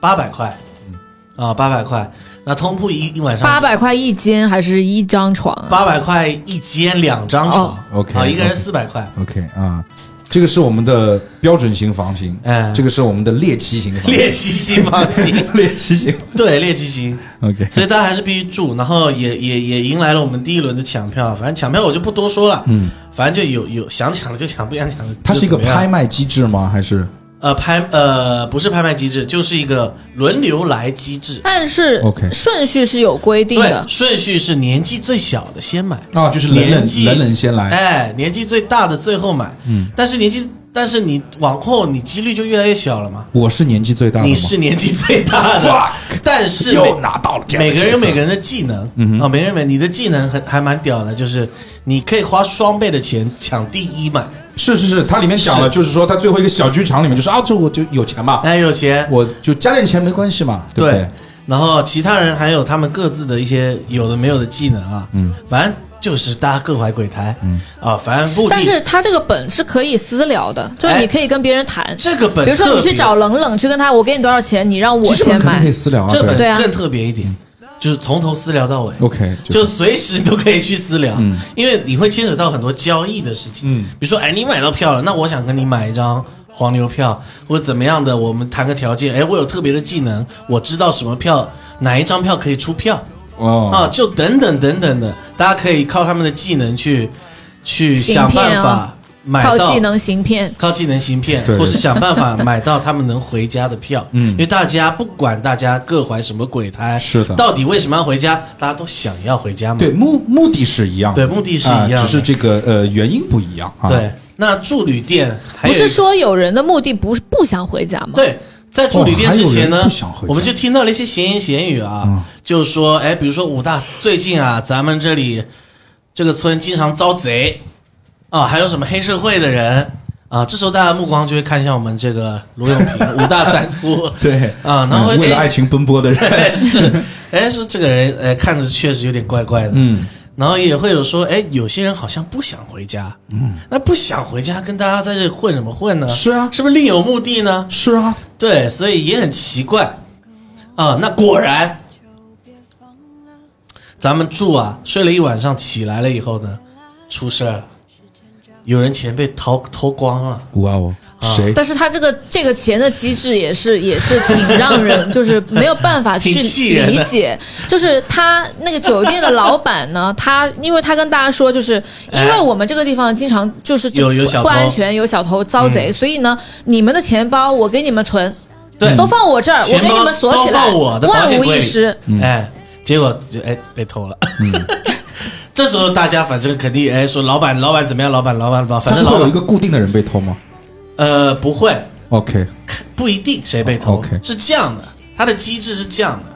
S1: 八百块，
S4: 嗯
S1: 啊，八百块。那通铺一一晚上
S6: 八百块一间还是一张床啊？
S1: 八百块一间两张床、
S4: 哦 OK，
S1: 啊，一个人
S4: OK
S1: 四百块。
S4: OK 啊，这个是我们的标准型房型，
S1: 哎
S4: 这个是我们的猎奇型房，
S1: 猎奇型房型，
S4: [laughs] 猎奇型
S1: 对，猎奇型，
S4: ，OK，
S1: 所以大家还是必须住，然后也也也迎来了我们第一轮的抢票，反正抢票我就不多说了，
S4: 嗯，
S1: 反正就有有想抢的就抢，不想抢的
S4: 它是一个
S1: 就怎么样
S4: 拍卖机制吗？还是
S1: 呃拍呃不是拍卖机制，就是一个轮流来机制，
S6: 但是
S4: OK
S6: 顺序是有规啊定
S1: 对
S6: 的，，
S1: 顺序是年纪最小的先买，
S4: 啊，就是冷
S1: 年
S4: 冷
S1: 纪
S4: 冷冷先来，
S1: 哎，年纪最大的最后买，嗯，但是年纪但是你往后你几率就越来越小了嘛，
S4: 我是年纪最大的吗，
S1: 你是年纪最大的，但是
S4: 又
S1: 每
S4: 拿到了这样的
S1: 每个人
S4: 角
S1: 有
S4: 色嗯
S1: 每个人的技能啊、每个人每你的技能很还蛮屌的，就是你可以花双倍的钱抢第一买，
S4: 是是是，它里面讲了，
S1: 是
S4: 就是说它最后一个小剧场里面就说啊，这我就有钱嘛，
S1: 哎，有钱
S4: 我就加点钱没关系嘛，对不对？
S1: 然后其他人还有他们各自的一些有的没有的技能啊，嗯，反正就是大家各怀鬼胎，嗯啊，反正目的
S6: 但是他这个本是可以私聊的，就是
S1: 哎
S6: 你可以跟别人谈。
S1: 这个本
S6: 比如说你
S1: 特别
S6: 去找冷冷去跟他，我给你多少钱，你让我
S4: 其实我们
S6: 先
S4: 肯定
S6: 买
S4: 可以。私聊啊，嗯
S1: 这本
S6: 对啊
S1: 更特别一点，就是从头私聊到尾
S4: OK，
S1: 就随时都可以去私
S4: 嗯
S1: 聊，因为你会牵扯到很多交易的事情，比如说，哎，你买到票了，那我想跟你买一张黄牛票，或者怎么样的，我们谈个条件，哎，我有特别的技能，我知道什么票，哪一张票可以出票、啊，
S4: 哦，
S1: 就等等等等的，大家可以靠他们的技能去去想
S6: 行骗
S1: 办
S6: 啊
S1: 法买
S6: 靠
S1: 到
S6: 技能行骗，
S1: 靠技能芯片
S4: 对，
S1: 或是想办法 [laughs] 买到他们能回家的票。嗯，因为大家不管大家各怀什么鬼胎，
S4: 是的
S1: 到底为什么要回家？大家都想要回家嘛。
S4: 对，目目的是一样的，
S1: 对目的是一样的
S4: 啊只是这个呃原因不一样啊。
S1: 对，那住旅店还
S6: 不
S1: 有
S6: 是说有人的目的不是不想回家吗？，
S1: 对。在住旅店之
S4: 哦
S1: 前
S4: 还有人
S1: 呢
S4: 不想回，家嗯
S1: 我们就听到了一些闲言闲语啊，就说，哎，比如说武大最近啊，咱们这里这个村经常遭贼啊，还有什么黑社会的人啊，这时候大家目光就会看向我们这个罗永平武大三粗，
S4: [laughs] 对
S1: 啊，然后
S4: 嗯为了
S1: 哎
S4: 爱情奔波的人，
S1: [laughs] 哎是，哎，说这个人，哎，看着确实有点怪怪的，
S4: 嗯，
S1: 然后也会有说，哎，有些人好像不想回家，嗯，那不想回家，跟大家在这里混什么混呢？
S4: 是啊
S1: 是不是另有目的呢？
S4: 是啊，
S1: 对，所以也很奇怪，啊、那果然，咱们住啊，睡了一晚上，起来了以后呢，出事儿了，有人钱被掏偷光了，啊
S4: 哇哦，谁？
S6: 但是他这个这个钱的机制也是也是挺让
S1: [laughs]
S6: 人就是没有办法去
S1: 挺气人
S6: 理
S1: 的
S6: 解，就是他那个酒店的老
S1: [laughs]
S6: 板呢，他因为他跟大家说，就是因为
S1: 哎
S6: 我们这个地方经常就是
S1: 有有小
S6: 不安
S1: 偷嗯
S6: 全，有小偷遭贼，所以呢，你们的钱包我给你们存，
S1: 对，
S6: 都放我这儿，我
S1: 钱
S6: 给
S1: 包
S6: 你们锁起来，
S1: 都放我的保
S6: 万
S1: 险
S6: 无
S1: 柜里
S6: 一失。
S4: 嗯
S1: 哎，结果就哎被偷了。 [laughs] 这时候大家反正肯定哎说老板老板怎么样，老板老板老板，
S4: 他
S1: 反
S4: 是
S1: 正
S4: 会
S1: 老
S4: 有一
S1: 板
S4: 个固定的人被偷吗
S1: 呃不会
S4: ？OK，
S1: 不一定谁被
S4: 哦
S1: 偷
S4: ，OK，
S1: 是这样的，它的机制是这样的。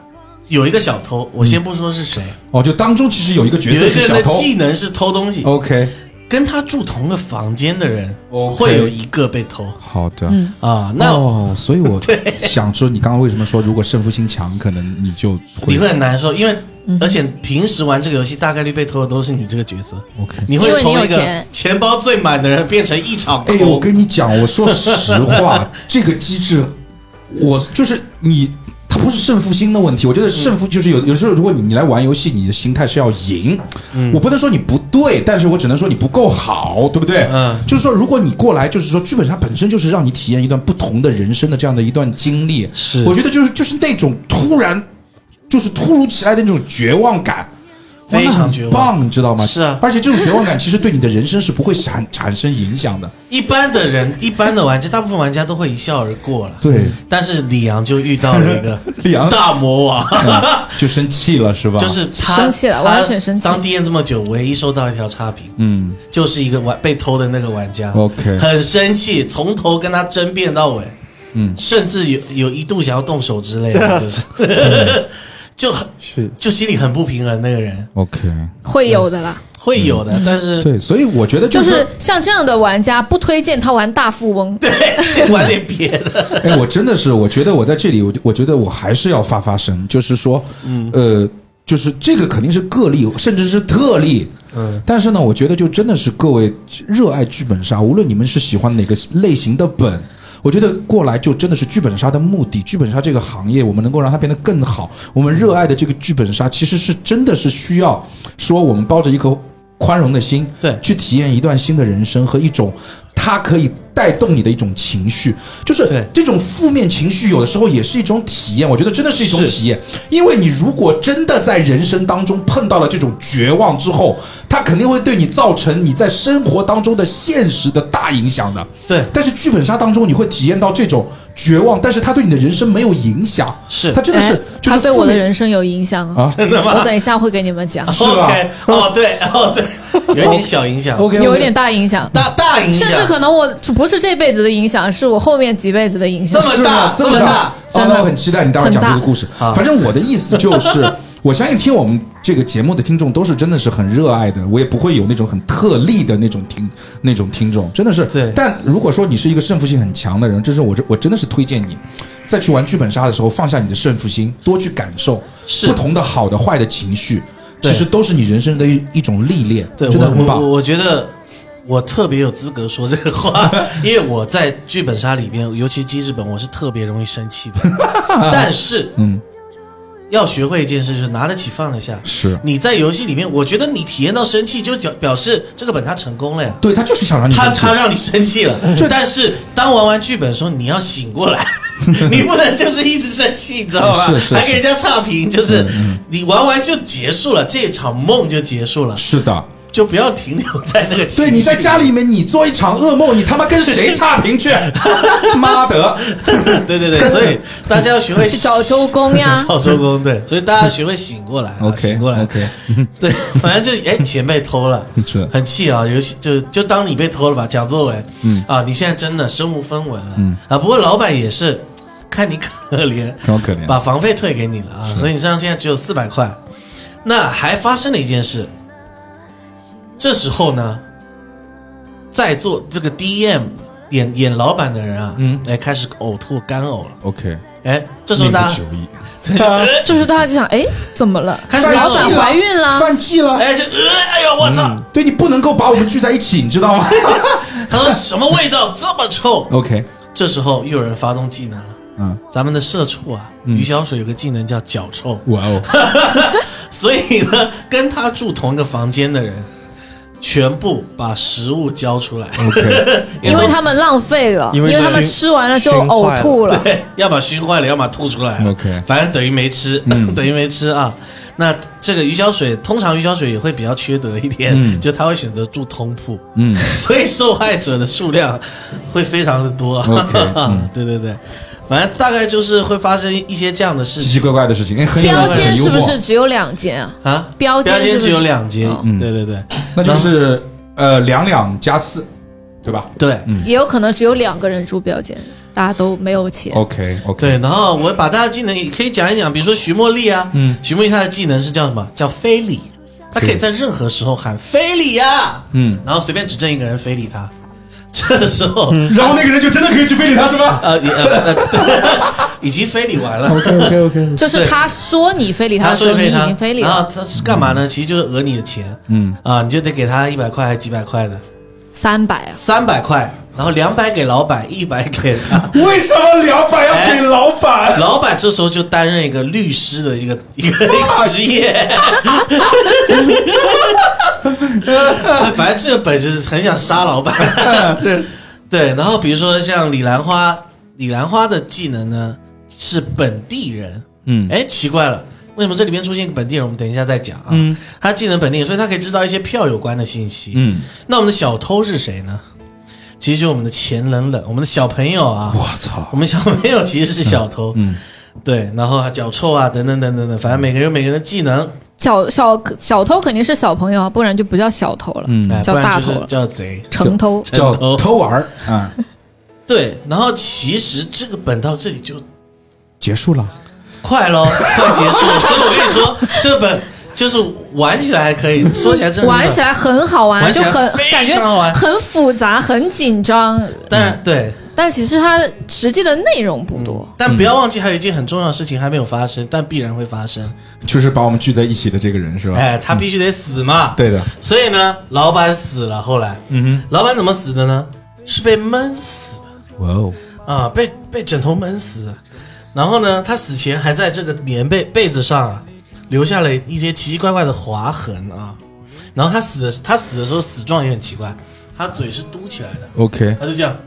S1: 有一个小偷，我先不说是谁，
S4: 哦，就当中其实有一个角
S1: 有
S4: 色
S1: 一个
S4: 是
S1: 人
S4: 小
S1: 的
S4: 偷。
S1: 技能是偷东西，
S4: OK，
S1: 跟他住同个房间的人
S4: OK
S1: 会有一个被偷
S4: 好的。
S1: 啊。那
S4: 哦，所以
S1: [laughs]
S4: 我想说，你刚刚为什么说如果胜负心强，可能你
S1: [laughs]
S4: 就会
S1: 你会很难受，因为
S6: 嗯
S1: 而且平时玩这个游戏，大概率被偷的都是你这个角色。
S4: OK？
S1: 你会
S6: 因为你
S1: 从
S6: 有
S1: 一个
S6: 钱
S1: 钱包最满的人变成一场
S4: 哎，
S1: 空
S4: 我跟你讲，我说实
S1: [laughs]
S4: 话，这个机制，我就是你，它不是胜负心的问题。我觉得胜负就是有、有时候，如果你你来玩游戏，你的心态是要赢。
S1: 嗯
S4: 我不能说你不对，但是我只能说你不够好，对不对？
S1: 嗯
S4: 就是说，如果你过来，就是说剧本它本身就是让你体验一段不同的人生的这样的一段经历。
S1: 是
S4: 我觉得就是就是那种突然，就是突如其来的那种绝望感。哇
S1: 非
S4: 那
S1: 常
S4: 很
S1: 绝望
S4: 棒，你知道吗？
S1: 是啊
S4: 而且这种绝望感其实对你的人生是不会产产生影响的。
S1: 一般的人，一般的玩家，大部分玩家都会一笑而过了。
S4: 对，
S1: 但是李阳就遇到了一个
S4: [laughs] 李阳
S1: 大
S4: [laughs]
S1: 魔王，
S4: 就生气了是吧？
S1: 就是他
S6: 生气了
S1: 他
S6: 完全生气
S1: 当 DM 这么久，唯一收到一条差评，
S4: 嗯，
S1: 就是一个玩被偷的那个玩家
S4: OK
S1: 很生气，从头跟他争辩到尾，
S4: 嗯
S1: 甚至有有一度想要动手之
S4: [laughs]
S1: 类的，就是，就很
S5: 是
S1: 就心里很不平衡那个人
S4: ，OK，嗯
S6: 会有的啦，
S1: 会有的，但是
S4: 对，所以我觉得
S6: 就
S4: 说
S6: 是像这样的玩家，不推荐他玩大富翁。
S1: 先玩点别的。 [laughs]
S4: 哎，我真的是，我觉得我在这里，我我觉得我还是要发发声，就是说，
S1: 嗯
S4: 呃，就是这个肯定是个例，甚至是特例。嗯，但是呢，我觉得就真的是各位热爱剧本杀，无论你们是喜欢哪个类型的本，我觉得过来就真的是剧本杀的目的。剧本杀这个行业，我们能够让它变得更好，我们热爱的这个剧本杀，其实是真的是需要说我们抱着一颗宽容的心，
S1: 对
S4: 去体验一段新的人生和一种它可以带动你的一种情绪，就是
S1: 对
S4: 这种负面情绪有的时候也是一种体验，我觉得真的是一种
S1: 是
S4: 体验，因为你如果真的在人生当中碰到了这种绝望之后，它肯定会对你造成你在生活当中的现实的大影响的。
S1: 对
S4: 但是剧本杀当中你会体验到这种绝望，但是它对你的人生没有影响，
S1: 是
S4: 它真的是
S6: 哎
S4: 就是
S6: 他对我
S4: 负
S6: 的
S4: 面
S6: 人生有影响
S4: 啊
S6: 真的吗？我等一下会给你们讲，
S4: 是吧
S1: OK，哦对，
S4: [laughs]
S1: 哦对，有一点小影响，
S4: OK
S6: 有一点大影响，
S1: 大大影响，
S6: 甚至可能我不是这辈子的影响，是我后面几辈子的影
S1: [laughs]
S6: 响
S1: 这。么
S4: 是吗
S1: 大
S4: 这么
S1: 这么大
S4: 大，哦
S6: 真的
S4: 那我很期待你待会儿讲这个故事。
S1: 大啊
S4: 反正我的意思就是， [laughs] 我相信听我们这个节目的听众都是真的是很热爱的，我也不会有那种很特例的那种听那种听众，真的是。
S1: 对
S4: 但如果说你是一个胜负心很强的人，这是我这我真的是推荐你，在去玩剧本杀的时候放下你的胜负心，多去感受
S1: 是
S4: 不同的好的坏的情绪。
S1: 对
S4: 其实都是你人生的一一种历练，
S1: 对
S4: 真
S1: 我
S4: 的很
S1: 我
S4: 棒
S1: 我。我觉得我特别有资格说这个话，因为我在剧本杀里边，尤其机制本，我是特别容易生
S4: [laughs]
S1: 气的。但是，
S4: 嗯，
S1: 要学会一件事，就是拿得起放得下。
S4: 是
S1: 你在游戏里面，我觉得你体验到生气，就表表示这个本它成功了呀。
S4: 对他就是想让你
S1: 他
S4: 生气
S1: 他让你生气了，
S4: [laughs]
S1: 但是当玩完剧本的时候，你要醒过来， [laughs] 你不能就是一直生气，你知道吧？
S4: 是是是嗯
S1: 还给人家差评，就是你玩完就结束了，这一场梦就结束了，
S4: 是的，
S1: 就不要停留在那个情
S4: 对，
S1: 绪。
S4: 你在家里面，你做一场噩梦，你他妈跟谁差评
S1: [laughs]
S4: 去？妈的！
S1: 对
S4: [laughs]
S1: 对对，所以大家要学会，
S6: 去找啊周公呀
S1: [laughs] 找周公，对，所以大家学会醒过来啊
S4: OK，
S1: 醒过来
S4: OK
S1: 对，反正就哎钱被偷了，
S4: 是
S1: 很气啊，尤其就就当你被偷了吧，蒋作为，嗯啊，你现在真的身无分文了，嗯啊，不过老板也是看你可怜，
S4: 好可怜
S1: 把房费退给你了啊，所以你身上现在只有四百块，那还发生了一件事，这时候呢，在座这个 DM 演演老板的人啊，嗯，哎，开始呕吐干呕了。
S4: OK，
S1: 哎，这时候大家
S4: 命不久矣 [laughs]
S6: 就是大家就想，哎，怎么了？
S1: 开始
S6: 老
S1: 搞
S6: 板
S1: 事
S4: 了
S6: 怀孕啦，
S4: 犯忌了。
S1: 哎就呃，哎呦我操！
S4: 对你不能够把我们聚在一起，你知道吗
S1: 他说什么味道这么
S4: [laughs]
S1: 臭？
S4: ？OK，
S1: 这时候又有人发动技能了。
S4: 嗯，
S1: 咱们的社畜啊，于小水有个技能叫脚臭，
S4: 哇哦，
S1: [laughs] 所以呢，跟他住同一个房间的人，全部把食物交出来 [laughs]
S4: OK
S6: 因为他们浪费了，因
S5: 因为
S6: 为他们
S5: 熏
S6: 吃完了就
S5: 熏坏
S6: 呕
S5: 了
S6: 吐了。
S1: [laughs] 对，要么熏坏了，要么吐出来了。
S4: OK
S1: 反正等于没吃， [laughs] 等于没吃啊。那这个鱼小水，通常鱼小水也会比较缺德一点，
S4: 嗯
S1: 就他会选择住通铺，
S4: 嗯
S1: [laughs] 所以受害者的数量会非常的多。
S4: OK，嗯
S1: [laughs] 对对对，反正大概就是会发生一些这样的事
S4: 奇奇
S1: 情
S4: 怪怪的事情，哎，很有
S6: 标
S4: 很
S6: 间
S4: 幽
S6: 是不
S4: 默
S6: 是，只有两间啊？
S1: 啊。
S6: 标
S1: 标
S6: 间是
S1: 间
S6: 不是
S1: 只有两间
S4: 嗯
S6: 哦，
S1: 嗯对对对
S4: 那就是呃两两加四，对吧
S1: 对。
S4: 嗯
S6: 也有可能只有两个人住标间，大家都没有钱。
S4: ？OK OK，
S1: 对，然后我把大家技能也可以讲一讲，比如说徐茉莉啊，嗯，徐茉莉她的技能是叫什么？叫非礼，她可以在任何时候喊非礼呀，
S4: 嗯，
S1: 然后随便指正一个人非礼他，这时候、
S4: 嗯
S1: [laughs]
S4: 然后那个人就真的可以去非礼他，是吧
S1: 呃也呃呃 [laughs] 已经非礼完了，
S4: ？OK OK OK，
S6: 就是他说你非礼他
S1: 他
S6: 的时
S1: 说
S6: 候，你
S1: 非
S6: 已
S1: 他
S6: 经非礼
S1: 然
S6: 了
S1: 后他是干嘛呢？其实就是讹你的钱，
S4: 嗯
S1: 啊，你就得给他一百块还是几百块的，
S6: 三百啊，
S1: 三百块，然后两百给老板，一百给他。
S4: [laughs] 为什么两百要给老板？
S1: 老板这时候就担任一个律师的一个一个一个职业， [laughs] 所以反正这个本身是很想杀老板，
S4: [laughs]
S1: 对对。然后比如说像李兰花，李兰花的技能呢是本地人，
S4: 嗯
S1: 哎，奇怪了。为什么这里面出现本地人？我们等一下再讲啊。嗯，他技能本地人，所以他可以知道一些票有关的信息。
S4: 嗯，
S1: 那我们的小偷是谁呢？其实就是我们的钱冷冷，我们的小朋友啊。
S4: 我操
S1: 我，们小朋友其实是小偷，
S4: 嗯
S1: 对，然后啊脚臭啊，等等等等等，反正每个人有每个人的技能，
S6: 小小小偷肯定是小朋友啊，不然就不叫小偷了，
S4: 嗯
S1: 哎，
S6: 叫
S1: 不然
S6: 大
S1: 就
S6: 头
S1: 是
S6: 了，
S1: 叫贼。[laughs]
S6: 城偷。
S4: 叫
S1: 偷
S4: 偷玩儿啊，
S1: [laughs] 对，然后其实这个本到这里就
S4: 结束了。 [laughs]
S1: 快喽，快结束了。所以我跟你说，这本就是玩起来还可以，说起来真的
S6: 玩起，来很好玩，
S1: 玩起
S6: 就
S1: 来
S6: 很
S1: 非
S6: 感觉
S1: 常好玩
S6: 很复杂，很紧张，
S1: 当然对，
S6: 但其实它实际的内容不多。
S1: 但不要忘记还有一件很重要的事情还没有发生，但必然会发生。
S4: 就是把我们聚在一起的这个人是吧？嗯
S1: 哎，他必须得死嘛。
S4: 对的，
S1: 所以呢，老板死了，后来，嗯哼，老板怎么死的呢？是被闷死的
S4: 哇哦，
S1: 啊，被被枕头闷死的。然后呢，他死前还在这个棉被被子上啊，留下了一些奇奇怪怪的划痕啊。然后他死的他死的时候死状也很奇怪，他嘴是嘟起来的，
S4: ，OK
S1: 他是这样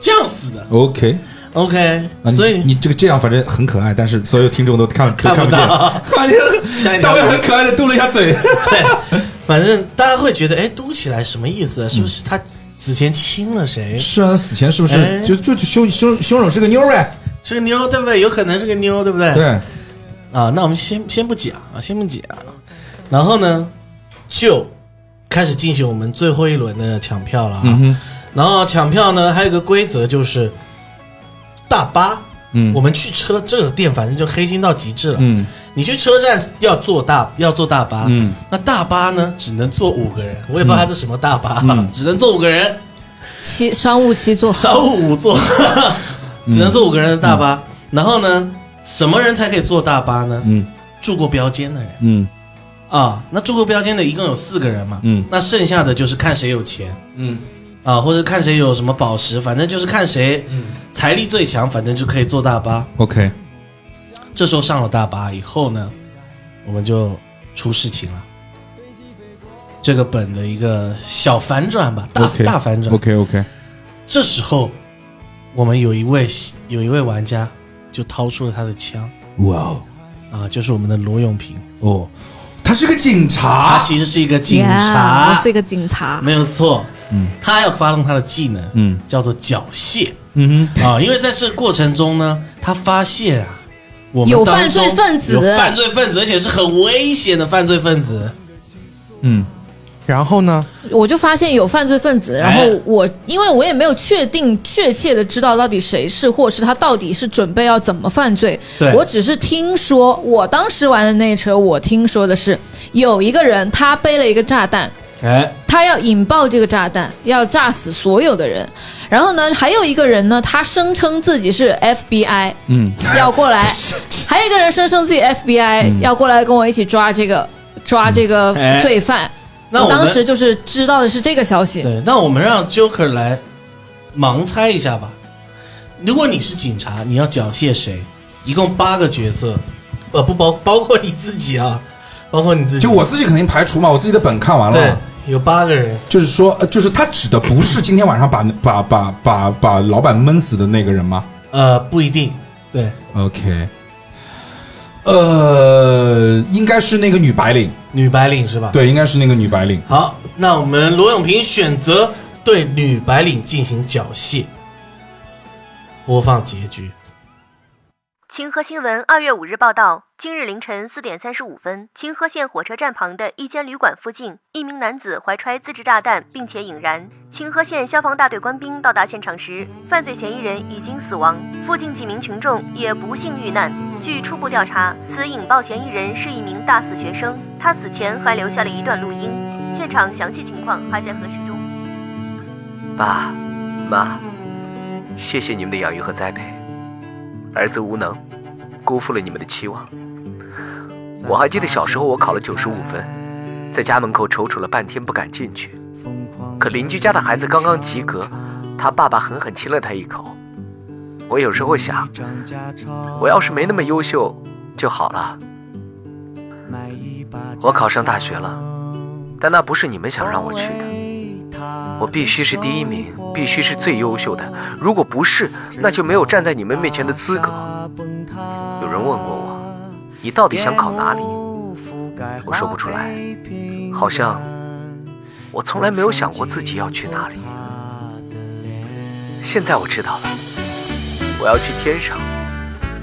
S1: 这样死的。
S4: OK，
S1: OK，
S4: 啊你
S1: 所以
S4: 你这个这样反正很可爱，但是所有听众都看都
S1: 看
S4: 看
S1: 不
S4: 见。
S1: [laughs] 到，下一
S4: 大
S1: 条
S4: 卫很可爱的嘟了一下嘴，
S1: 对， [laughs] 反正大家会觉得，哎，嘟起来什么意思？是不是他死前亲了谁？
S4: 是啊，死前是不
S1: 哎
S4: 是就就就凶凶凶手是个妞儿呗？
S1: 是个妞，对不对？有可能是个妞，对不对？
S4: 对，
S1: 啊，那我们先先不讲啊，先不讲。然后呢，就开始进行我们最后一轮的抢票了啊。
S4: 嗯哼，
S1: 然后抢票呢，还有一个规则就是，大巴，
S4: 嗯
S1: 我们去车这个店反正就黑心到极致了。
S4: 嗯
S1: 你去车站要坐大要坐大巴，
S4: 嗯
S1: 那大巴呢只能坐五个人，我也不知道它是什么大巴，
S4: 嗯
S1: 只能坐五个人，
S6: 七商务七座，
S1: 商务五座，
S4: 嗯
S1: 只能坐五个人的大巴。然后呢，什么人才可以坐大巴呢？
S4: 嗯
S1: 住过标间的人
S4: 嗯
S1: 啊，那住过标间的一共有四个人嘛，
S4: 嗯
S1: 那剩下的就是看谁有钱
S4: 嗯
S1: 啊，或者看谁有什么宝石，反正就是看谁财力最强，反正就可以坐大巴。
S4: ，OK，
S1: 这时候上了大巴以后呢，我们就出事情了。这个本的一个小反转吧，大
S4: OK，
S1: 大反转。
S4: OK OK，
S1: 这时候，我们有一位有一位玩家就掏出了他的枪
S4: 哇哦
S1: 啊，就是我们的罗永平，
S4: 哦，他是个警
S1: 他
S4: 察，
S1: 其实是一个警
S6: Yeah，
S1: 察
S6: 我是一个警察，
S1: 啊没有错。
S4: 嗯，
S1: 他要发动他的技能，
S4: 嗯
S1: 叫做缴械
S4: 嗯哼，
S1: 啊，因为在这个过程中呢，他发现啊，我们
S6: 有
S1: 当
S6: 犯罪
S1: 中
S6: 分子
S1: 有犯罪分子，而且是很危险的犯罪分子。
S4: 嗯
S5: 然后呢？
S6: 我就发现有犯罪分子，然后
S1: 哎
S6: 我因为我也没有确定确切的知道到底谁是，或是他到底是准备要怎么犯罪
S1: 对，
S6: 我只是听说，我当时玩的那车，我听说的是有一个人他背了一个炸弹，
S1: 哎，
S6: 他要引爆这个炸弹，要炸死所有的人。然后呢，还有一个人呢，他声称自己是 FBI，
S4: [laughs] 嗯，
S6: 要过
S1: [laughs]
S6: 来；还有一个人声称自己 FBI，、要过来跟我一起抓这个抓这个
S1: 嗯哎
S6: 罪犯。
S1: 那我
S6: 我
S1: 们
S6: 当时就是知道的是这个消息。
S1: 对，那我们让 Joker 来盲猜一下吧。如果你是警察，你要缴械谁？一共八个角色，呃，不包包括你自己啊，包括你自己。
S4: 就我自己肯定排除嘛，我自己的本看完
S1: 对
S4: 了。，
S1: 有八个人。
S4: 就是说，呃就是他指的不是今天晚上把把把把把老板闷死的那个人吗
S1: 呃，不一定。对，
S4: ？OK，呃，应该是那个女白领，
S1: 女白领是吧？。
S4: 对，应该是那个女白领。
S6: 啊
S1: 好，那我们罗永平选择对女白领进行缴械。播放结局。
S8: 秦河新闻二月五日报道，今日凌晨四点三十五分，秦河县火车站旁的一间旅馆附近，一名男子怀揣自制炸弹并且引燃。秦河县消防大队官兵到达现场时，犯罪嫌疑人已经死亡，附近几名群众也不幸遇难。据初步调查，此引爆嫌疑人是一名大四学生，他死前还留下了一段录音，现场详细情况还在核实中。
S9: 爸妈，谢谢你们的养育和栽培，儿子无能，辜负了你们的期望。我还记得小时候我考了九十五分，在家门口踌躇了半天不敢进去，可邻居家的孩子刚刚及格，他爸爸狠狠亲了他一口。我有时候想，我要是没那么优秀就好了。我考上大学了，但那不是你们想让我去的。我必须是第一名，必须是最优秀的。如果不是，那就没有站在你们面前的资格。有人问过我，你到底想考哪里？我说不出来，好像我从来没有想过自己要去哪里。现在我知道了，我要去天上，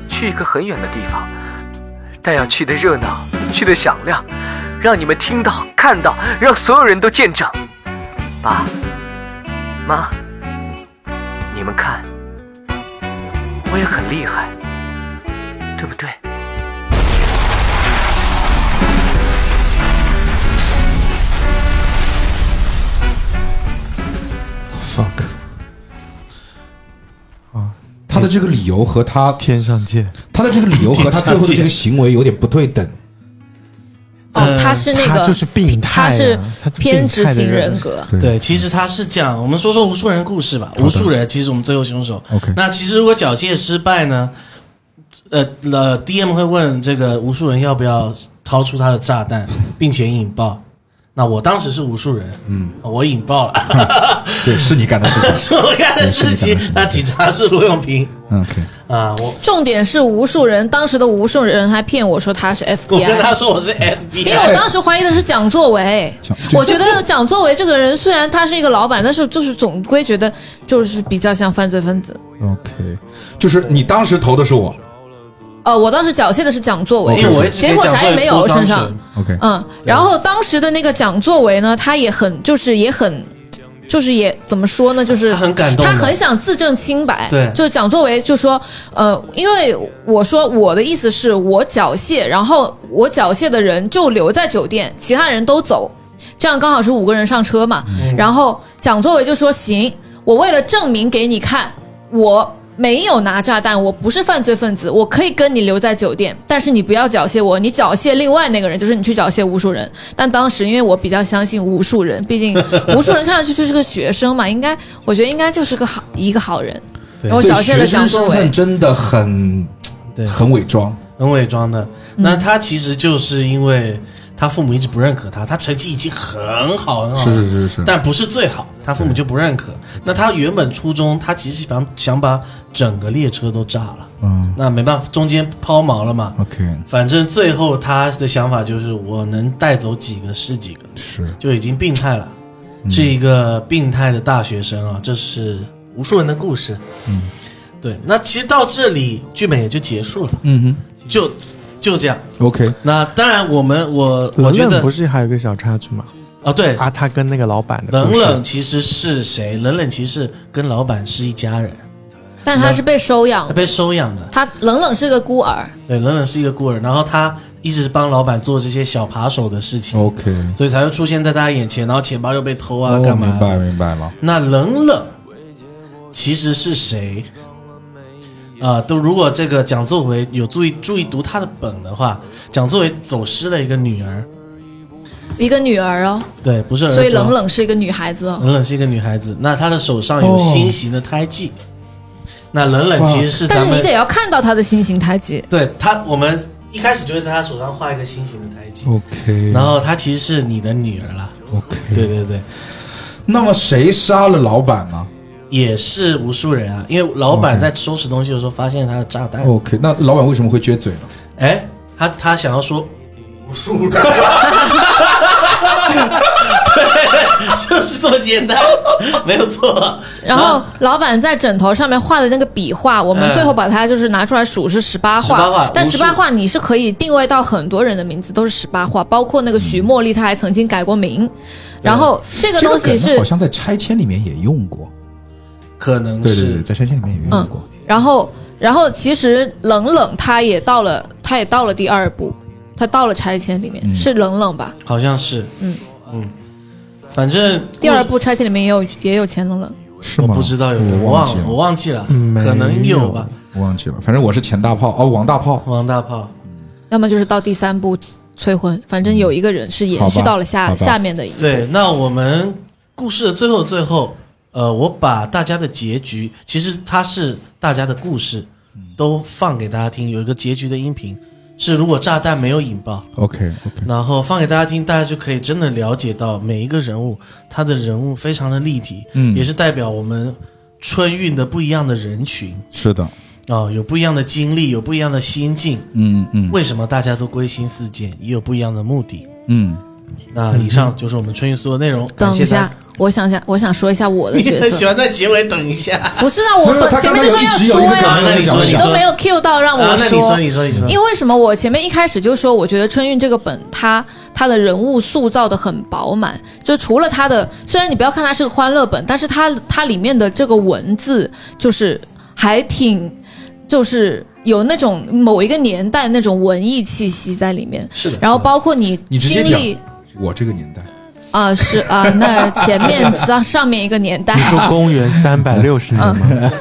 S9: 去一个很远的地方，但要去的热闹，去的响亮，让你们听到、看到，让所有人都见证。爸妈，你们看，我也很厉害，对不对？
S4: fuck。他的啊这个理由和他
S5: 天上见，
S4: 他的这个理由和他最后的这个行为有点不对等，
S6: 哦，
S1: 呃
S6: 他是那
S5: 他
S6: 个
S5: 就是病态啊
S6: 他是
S5: 他就
S6: 偏
S5: 病
S6: 执
S5: 态的
S6: 型
S5: 人
S6: 人格，
S4: 对
S1: 对，其实他是这样。我们说说无数人故事吧，
S4: 的
S1: 无数人其实我们最后凶手。
S4: OK
S1: 那其实如果缴械失败呢？呃呃，DM 会问这个无数人要不要掏出他的炸弹，并且引爆。那我当时是无数人，嗯，我引爆了，
S4: [laughs] 对，是你干的事情。
S1: [laughs] 是我干的事情
S4: 是。
S1: 那警察是罗永平
S4: OK，
S1: 啊，我
S6: 重点是无数人，当时的无数人还骗我说他是
S1: 我跟他
S6: FBI。
S1: 说我是
S6: 因为我
S1: FBI，
S6: 当时怀疑的是蒋作为
S4: 蒋，
S6: [laughs] 我觉得蒋作为这个人虽然他是一个老板，但是就是总归觉得就是比较像犯罪分子。
S4: OK，就是你当时投的是我。
S6: 呃，我当时缴械的是蒋作为，
S1: 因为我一直
S6: 结果
S1: 被
S6: 啥
S1: 讲
S6: 也
S1: 作为
S6: 没有
S1: 郭
S6: 身
S1: 彰
S6: 上
S1: 纯。
S4: OK，
S6: 嗯，然后当时的那个蒋作为呢，他也很就是也很。就是也怎么说呢，就是
S1: 他很感动的
S6: 他很想自证清白。
S1: 对
S6: 就是蒋作为就说，呃，因为我说我的意思是我缴械，然后我缴械的人就留在酒店，其他人都走，这样刚好是五个人上车嘛。然后蒋作为就说行，我为了证明给你看，我没有拿炸弹，我不是犯罪分子，我可以跟你留在酒店，但是你不要缴械我，你缴械另外那个人，就是你去缴械无数人。但当时因为我比较相信无数人，毕竟无数人看上去就是个学生嘛，应该我觉得应该就是个好一个好人。然后我
S4: 对
S6: 缴械
S4: 学
S6: 了蒋
S4: 生
S6: 作
S4: 身
S6: 为
S4: 份，真的很
S1: 对
S4: 很伪装。
S1: 很伪装的。
S6: 嗯
S1: 那他其实就是因为他父母一直不认可他，他成绩已经很好很好，
S4: 是是是是，
S1: 但不是最好，他父母就不认可。那他原本初衷，他其实想想把整个列车都炸了，
S4: 嗯
S1: 那没办法，中间抛锚了嘛。
S4: ，OK，
S1: 反正最后他的想法就是，我能带走几个是几个，
S4: 是
S1: 就已经病态了，
S5: 嗯
S1: 是一个病态的大学生啊，这是无数人的故事。
S4: 嗯，
S1: 对，那其实到这里剧本也就结束了，
S4: 嗯
S1: 就就这样。
S4: 哼，OK，
S1: 那当然，我们我我
S5: 冷
S1: 觉
S5: 冷
S1: 得
S5: 不是还有一个小插曲吗？
S1: 啊，对，
S5: 啊，他跟那个老板的
S1: 冷
S5: 故事
S1: 冷其实是谁？冷冷其实跟老板是一家人，
S6: 但他是被收养
S1: 他
S6: 的，
S1: 被收养的。
S6: 他冷冷是个孤儿。
S1: 对，冷冷是一个孤儿，然后他一直帮老板做这些小扒手的事
S5: 哦
S1: 情，
S4: OK，
S1: 所以才会出现在大家眼前，然后钱包又被偷啊，
S4: 哦
S1: 干嘛
S4: 明白
S1: 的？
S4: 明白了，
S1: 那冷冷其实是谁？啊、都如果这个蒋作为有注意注意读他的本的话，蒋作为走失了一个女儿，
S6: 一个女儿哦，
S1: 对，不是儿子哦，
S6: 所以冷冷是一个女孩子哦。
S1: 冷冷是一个女孩子，那她的手上有
S4: 哦
S1: 新型的胎记。那冷冷其实是
S6: 哦但
S1: 咱
S6: 是
S1: 们
S6: 你得要看到她的新型胎记，
S1: 对她，我们一开始就会在她手上画一个心形的胎记，
S4: OK，
S1: 然后她其实是你的女儿啦。
S4: OK，
S1: 对对对，
S4: 那么谁杀了老板呢
S1: 也是无数人啊，因为老板
S4: OK
S1: 在收拾东西的时候发现他的炸弹，
S4: ？OK，那老板为什么会撅嘴呢？
S1: 哎，他他想要说无数人。对， [laughs] 就是这么简单，没有错。
S6: [laughs] 然后
S1: 啊
S6: 老板在枕头上面画的那个笔画，我们
S1: 嗯
S6: 最后把它就是拿出来数是十八画，
S1: 18画
S6: 但
S1: 无数
S6: 十八画你是可以定位到很多人的名字，都是十八画，包括那个
S1: 嗯
S6: 徐茉莉，她还曾经改过名。然后这个
S4: 这
S6: 东
S4: 个
S6: 西
S4: 梗
S6: 是
S4: 好像在拆迁里面也用过，
S1: 可能
S4: 对对对，
S1: 是
S4: 在拆迁里面也用过。
S6: 嗯然后，然后其实冷冷他也到了，他也到了第二步，他到了拆迁里面，
S4: 嗯
S6: 是冷冷吧？
S1: 好像是，
S6: 嗯
S1: 嗯，反正
S6: 第二部拆迁里面也有也有钱冷冷，
S4: 是
S1: 我
S4: 吗？
S1: 不知道有没有，
S4: 我
S1: 我
S4: 忘记
S1: 忘了，我
S4: 了，嗯
S1: 忘记了，
S5: 没
S1: 可能有吧。
S4: 我忘记了。反正我是钱大炮哦，王大炮。
S1: 王大炮，
S6: 要么就是到第三部催婚，反正有一个人是延续到了
S4: 嗯好
S6: 下
S4: 吧好吧
S6: 下面的一个。
S1: 对，那我们故事的最后最后，呃，我把大家的结局，其实它是大家的故事，都放给大家听，有一个结局的音频，是如果炸弹没有引爆，
S4: OK OK，
S1: 然后放给大家听，大家就可以真的了解到每一个人物，他的人物非常的立体，
S4: 嗯
S1: 也是代表我们春运的不一样的人群
S4: 是的，
S1: 啊、有不一样的经历，有不一样的心境，
S4: 嗯嗯
S1: 为什么大家都归心似箭，也有不一样的目的。
S4: 嗯，
S1: 那以上就是我们春运所有内容，感
S6: 等
S1: 谢
S6: 一
S1: 大
S6: 下
S1: 家。，
S6: 我想想，我想说一下我的
S4: [laughs]
S1: 你
S6: 角
S1: 很喜
S6: 色。
S1: 欢在结尾等一下，
S6: 不是啊，
S4: 没
S6: 我
S4: 有他
S6: 前
S4: 刚
S6: 面
S4: 刚
S6: 就
S4: 有一
S6: 说要
S4: 直有一
S6: 说
S4: 个
S6: 呀，
S4: 梗，
S1: 那你说
S4: 你
S6: 你
S1: 说
S6: 都没有 cue 到让
S1: 啊
S6: 我
S1: 那你说，你说，你说，
S6: 因为为什么我前面一开始就说，我觉得春运这个本它它的人物塑造的很饱满，就除了它的，虽然你不要看它是个欢乐本，但是它它里面的这个文字就是还挺，就是有那种某一个年代那种文艺气息在里面。
S1: 是的
S6: 然后包括你
S4: 你直接
S6: 经历，
S4: 我这个年代
S6: 啊，是啊，那前面上上面一个年代
S5: 你，说公元三百六十年吗？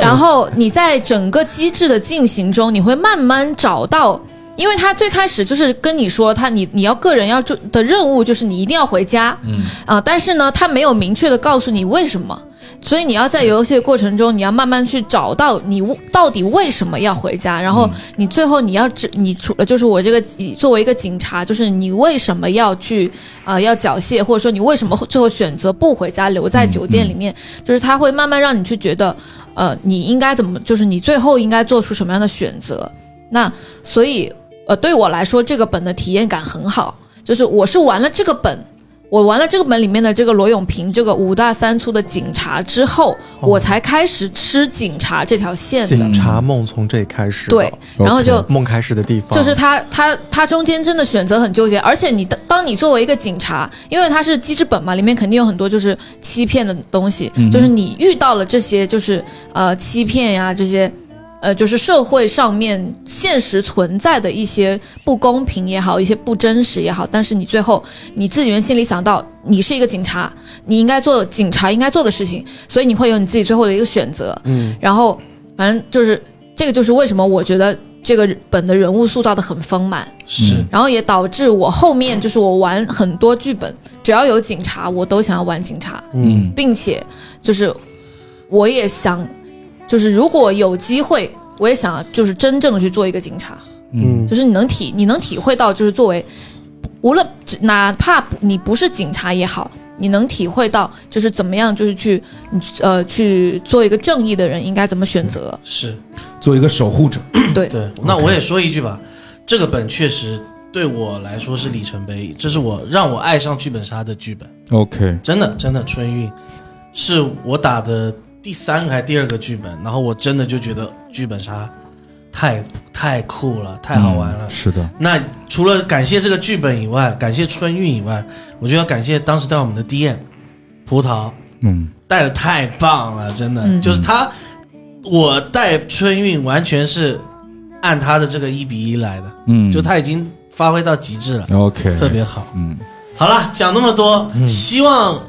S6: 然后你在整个机制的进行中，你会慢慢找到，因为他最开始就是跟你说，他你你要个人要做的任务就是你一定要回家，嗯啊、但是呢，他没有明确的告诉你为什么，所以你要在游戏的过程中，你要慢慢去找到你到底为什么要回家，然后你最后你要知你除了就是我这个作为一个警察，就是你为什么要去啊、要缴械，或者说你为什么最后选择不回家，留在酒店里面，就是他会慢慢让你去觉得。呃，你应该怎么，就是你最后应该做出什么样的选择。那所以，呃，对我来说，这个本的体验感很好，就是我是玩了这个本，我玩了这个本里面的这个罗永平这个五大三粗的警察之后，我才开始吃警察这条线的
S5: [laughs] 警。察梦从这里开始，
S6: 对，，然后就
S5: 梦开始的地方
S6: 就是他他他中间真的选择很纠结，而且你当当你作为一个警察，因为他是机制本嘛，里面肯定有很多就是欺骗的东西，
S5: 嗯
S6: 就是你遇到了这些就是呃欺骗呀、这些。呃，就是社会上面现实存在的一些不公平也好，一些不真实也好，但是你最后你自己人心里想到，你是一个警察，你应该做警察应该做的事情，所以你会有你自己最后的一个选择。嗯，然后反正就是这个，就是为什么我觉得这个本的人物塑造的很丰满，
S1: 是
S6: 然后也导致我后面就是我玩很多剧本，只要有警察，我都想要玩警察，
S4: 嗯，
S6: 并且就是我也想，就是如果有机会，我也想就是真正的去做一个警察，
S5: 嗯
S6: 就是你能体你能体会到，就是作为无论哪怕你不是警察也好，你能体会到就是怎么样就是去你呃去做一个正义的人应该怎么选择，
S1: 是，
S4: [laughs] 做一个守护者，
S6: 对
S1: 对。那我也说一句吧，这个本确实对我来说是里程碑，这是我让我爱上剧本杀的剧本，
S4: OK，
S1: 真的真的春运，是我打的第三个还是第二个剧本，然后我真的就觉得剧本杀太太酷了，太好玩了。
S4: 嗯是的，
S1: 那除了感谢这个剧本以外，感谢春运以外，我就要感谢当时带我们的 DM 葡萄
S4: 嗯，
S1: 带的太棒了，真的、就是他，我带春运完全是按他的这个一比一来的，
S4: 嗯
S1: 就他已经发挥到极致了，
S4: OK，
S1: 特别好。
S4: 嗯，
S1: 好了，讲那么多，希望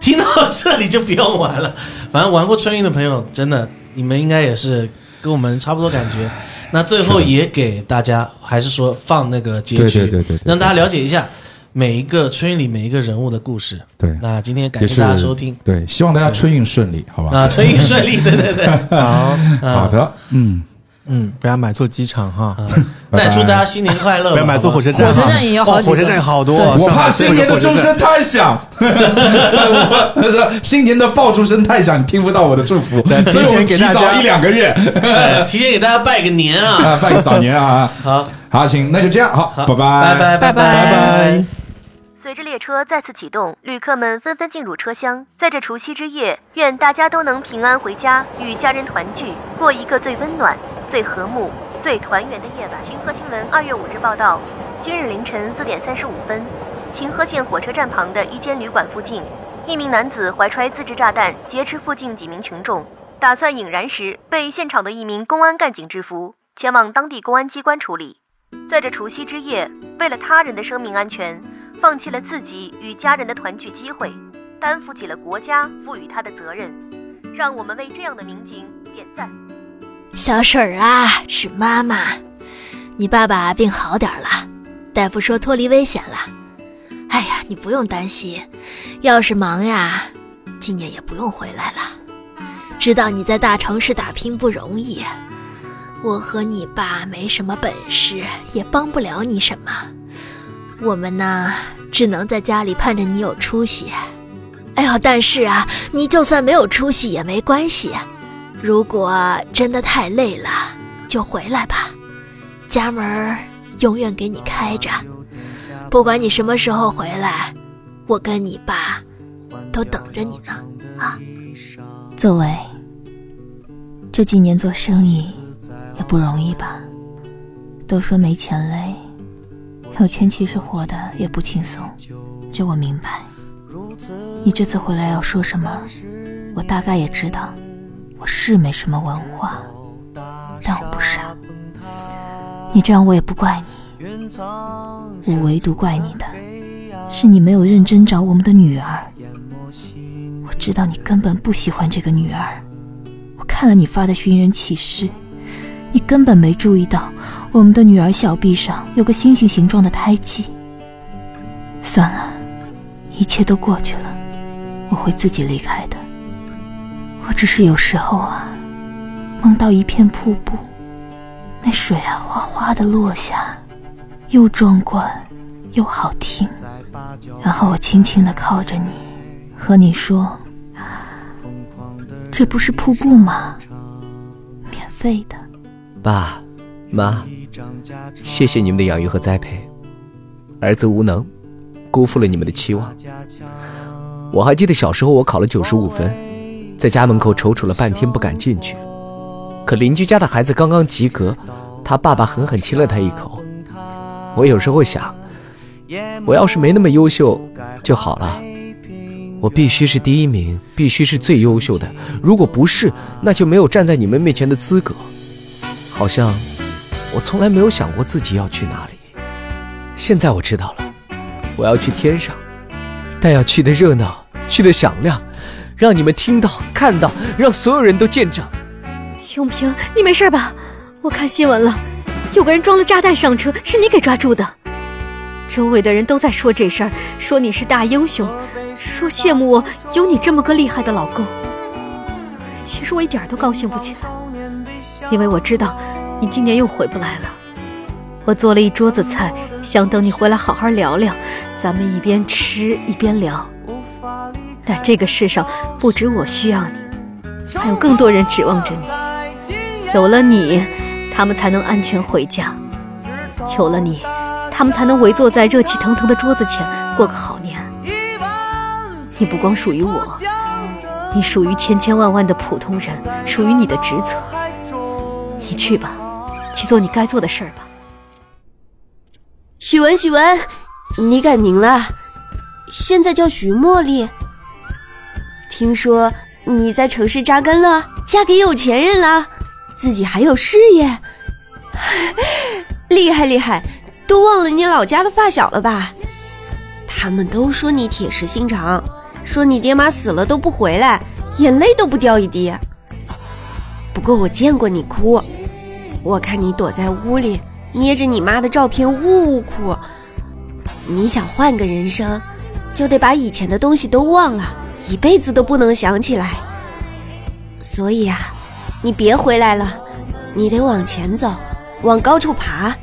S1: 听到这里就不用玩了。反正玩过春运的朋友，真的你们应该也是跟我们差不多感
S4: [laughs]
S1: 觉。那最后也给大家，还是说放那个结局，
S4: 对对对对对
S1: 让大家了解一下每一个春运里每一个人物的故事。
S4: 对
S1: 那今天
S4: 也
S1: 感谢
S4: 是
S1: 大家收听，
S4: 对，希望大家春运顺利，好吧？
S1: 啊，春运顺利，对对对，
S5: 好，
S4: [laughs] 好的，嗯，
S5: 嗯，不要买错机场哈，
S1: 嗯那
S4: 拜
S1: 也祝大家新年快乐吧，
S5: 不要买错
S1: 好吧
S5: 火车站哈，
S6: 火车站也有
S5: [laughs]
S6: 好
S5: 哦
S6: 几个
S5: 火车站有好多，
S4: 我
S5: 上海
S4: 怕新年的钟
S5: 各个火车
S4: 声
S5: 站
S4: 太 [laughs] 响，我说新年的爆竹声太响，你听不到我的祝福，
S5: 对
S4: [laughs] 所以我们
S5: 哎提前给
S4: 提
S5: 大家
S4: 早一两个
S1: [laughs]
S4: 月
S1: 对哎提前给大家拜个年啊，
S4: 啊， [laughs] 拜个早年啊！
S1: [laughs] 好，
S4: 好，行，那就这样，好，拜拜，
S1: 拜拜拜拜拜。
S8: 随着列车再次启动，旅客们纷纷进入车厢。在这除夕之夜，愿大家都能平安回家，与家人团聚，过一个最温暖、最和睦、最团圆的夜晚。秦河新闻二月五日报道，今日凌晨四点三十五分，秦河县火车站旁的一间旅馆附近，一名男子怀揣自制炸弹劫持附近几名群众，打算引燃时被现场的一名公安干警制服，前往当地公安机关处理。在这除夕之夜，为了他人的生命安全，放弃了自己与家人的团聚机会，担负起了国家赋予他的责任。让我们为这样的民警点赞。
S10: 小婶儿啊，是妈妈，你爸爸病好点儿了，大夫说脱离危险了。哎呀，你不用担心，要是忙呀，今年也不用回来了。知道你在大城市打拼不容易，我和你爸没什么本事，也帮不了你什么。我们呢，只能在家里盼着你有出息。哎呦，但是啊，你就算没有出息也没关系。如果真的太累了，就回来吧，家门儿永远给你开着。不管你什么时候回来，我跟你爸都等着你呢。啊，作为这几年做生意也不容易吧？都说没钱累，有钱其实活的也不轻松，这我明白。你这次回来要说什么，我大概也知道。我是没什么文化，但我不傻。你这样我也不怪你，我唯独怪你的
S11: 是你没有认真找我们的女儿。我知道你根本不喜欢这个女儿，我看了你发的寻人启事，你根本没注意到我们的女儿小臂上有个星星形状的胎记。算了，一切都过去了，我会自己离开的。我只是有时候啊，梦到一片瀑布，那水啊哗哗的落下，又壮观又好听。然后我轻轻的靠着你，和你说：“这不是瀑布吗？免费的。
S9: 爸妈，谢谢你们的养育和栽培，儿子无能，辜负了你们的期望。我还记得小时候我考了九十五分，在家门口踌躇了半天不敢进去，可邻居家的孩子刚刚及格，他爸爸狠狠亲了他一口。我有时候想，我要是没那么优秀就好了。我必须是第一名，必须是最优秀的。如果不是，那就没有站在你们面前的资格。好像我从来没有想过自己要去哪里。现在我知道了，我要去天上，但要去的热闹，去的响亮，让你们听到、看到，让所有人都见证。
S12: 永平，你没事吧？我看新闻了，有个人装了炸弹上车，是你给抓住的。周围的人都在说这事儿，说你是大英雄，说羡慕我有你这么个厉害的老公。其实我一点儿都高兴不起来，因为我知道你今年又回不来了。我做了一桌子菜，想等你回来好好聊聊，咱们一边吃一边聊。但这个世上不止我需要你，还有更多人指望着你。有了你，他们才能安全回家；有了你，他们才能围坐在热气腾腾的桌子前过个好年。你不光属于我，你属于千千万万的普通人，属于你的职责。你去吧，去做你该做的事儿吧。
S13: 许文，许文，你改名了，现在叫徐茉莉。听说你在城市扎根了，嫁给有钱人了，自己还有事业，厉害厉害，都忘了你老家的发小了吧？他们都说你铁石心肠，说你爹妈死了都不回来，眼泪都不掉一滴。不过我见过你哭，我看你躲在屋里捏着你妈的照片呜呜哭。你想换个人生，就得把以前的东西都忘了，一辈子都不能想起来。所以啊，你别回来了，你得往前走，往高处爬。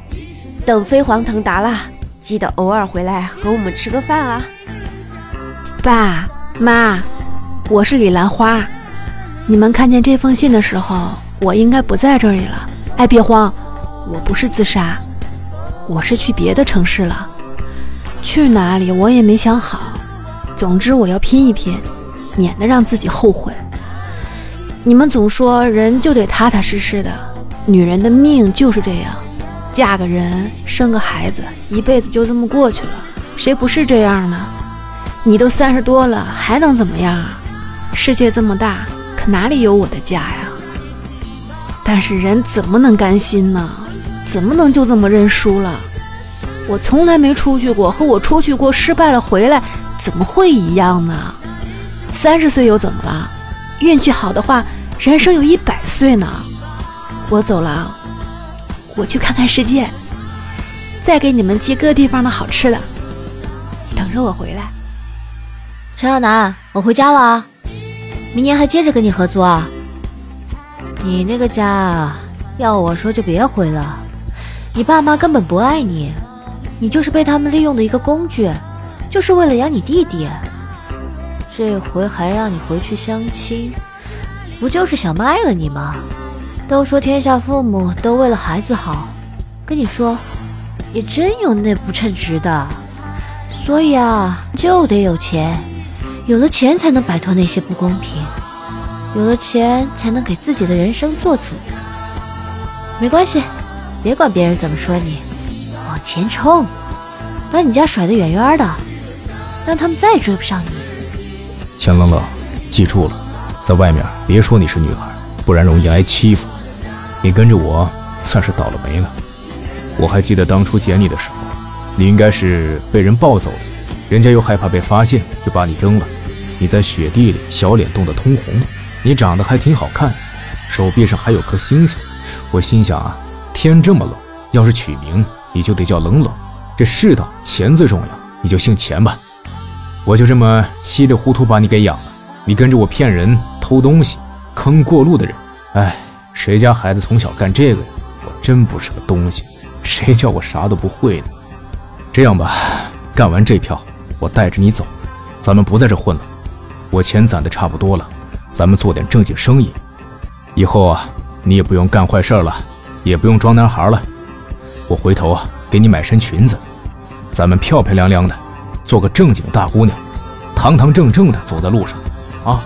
S13: 等飞黄腾达了，记得偶尔回来和我们吃个饭啊。
S14: 爸妈，我是李兰花。你们看见这封信的时候，我应该不在这里了。哎，别慌，我不是自杀，我是去别的城市了。去哪里我也没想好，总之我要拼一拼，免得让自己后悔。你们总说人就得踏踏实实的，女人的命就是这样，嫁个人，生个孩子，一辈子就这么过去了，谁不是这样呢？你都三十多了，还能怎么样啊？世界这么大，可哪里有我的家呀？但是人怎么能甘心呢？怎么能就这么认输了？我从来没出去过，和我出去过失败了回来，怎么会一样呢？三十岁又怎么了？运气好的话，人生有一百岁呢。我走了啊，我去看看世界，再给你们寄各地方的好吃的，等着我回来。
S15: 陈小南，我回家了啊，明年还接着跟你合作啊。你那个家，要我说就别回了，你爸妈根本不爱你，你就是被他们利用的一个工具，就是为了养你弟弟。这回还让你回去相亲，不就是想卖了你吗？都说天下父母都为了孩子好，跟你说，也真有那不称职的。所以啊，就得有钱，有了钱才能摆脱那些不公平，有了钱才能给自己的人生做主。没关系，别管别人怎么说你，往前冲，把你家甩得远远的，让他们再也追不上你。
S16: 钱冷冷，记住了，在外面别说你是女孩，不然容易挨欺负。你跟着我算是倒了霉了。我还记得当初捡你的时候，你应该是被人抱走的，人家又害怕被发现，就把你扔了。你在雪地里小脸冻得通红，你长得还挺好看，手臂上还有颗星星。我心想啊，天这么冷，要是取名你就得叫冷冷，这世道钱最重要，你就姓钱吧。我就这么稀里糊涂把你给养了，你跟着我骗人、偷东西、坑过路的人，哎，谁家孩子从小干这个呀？我真不是个东西，谁叫我啥都不会呢？这样吧，干完这票，我带着你走，咱们不在这混了。我钱攒的差不多了，咱们做点正经生意。以后啊，你也不用干坏事儿了，也不用装男孩了。我回头啊，给你买身裙子，咱们漂漂亮亮的，做个正经大姑娘，堂堂正正的走在路上，啊。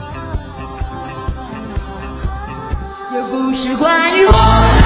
S3: 有故事关于我。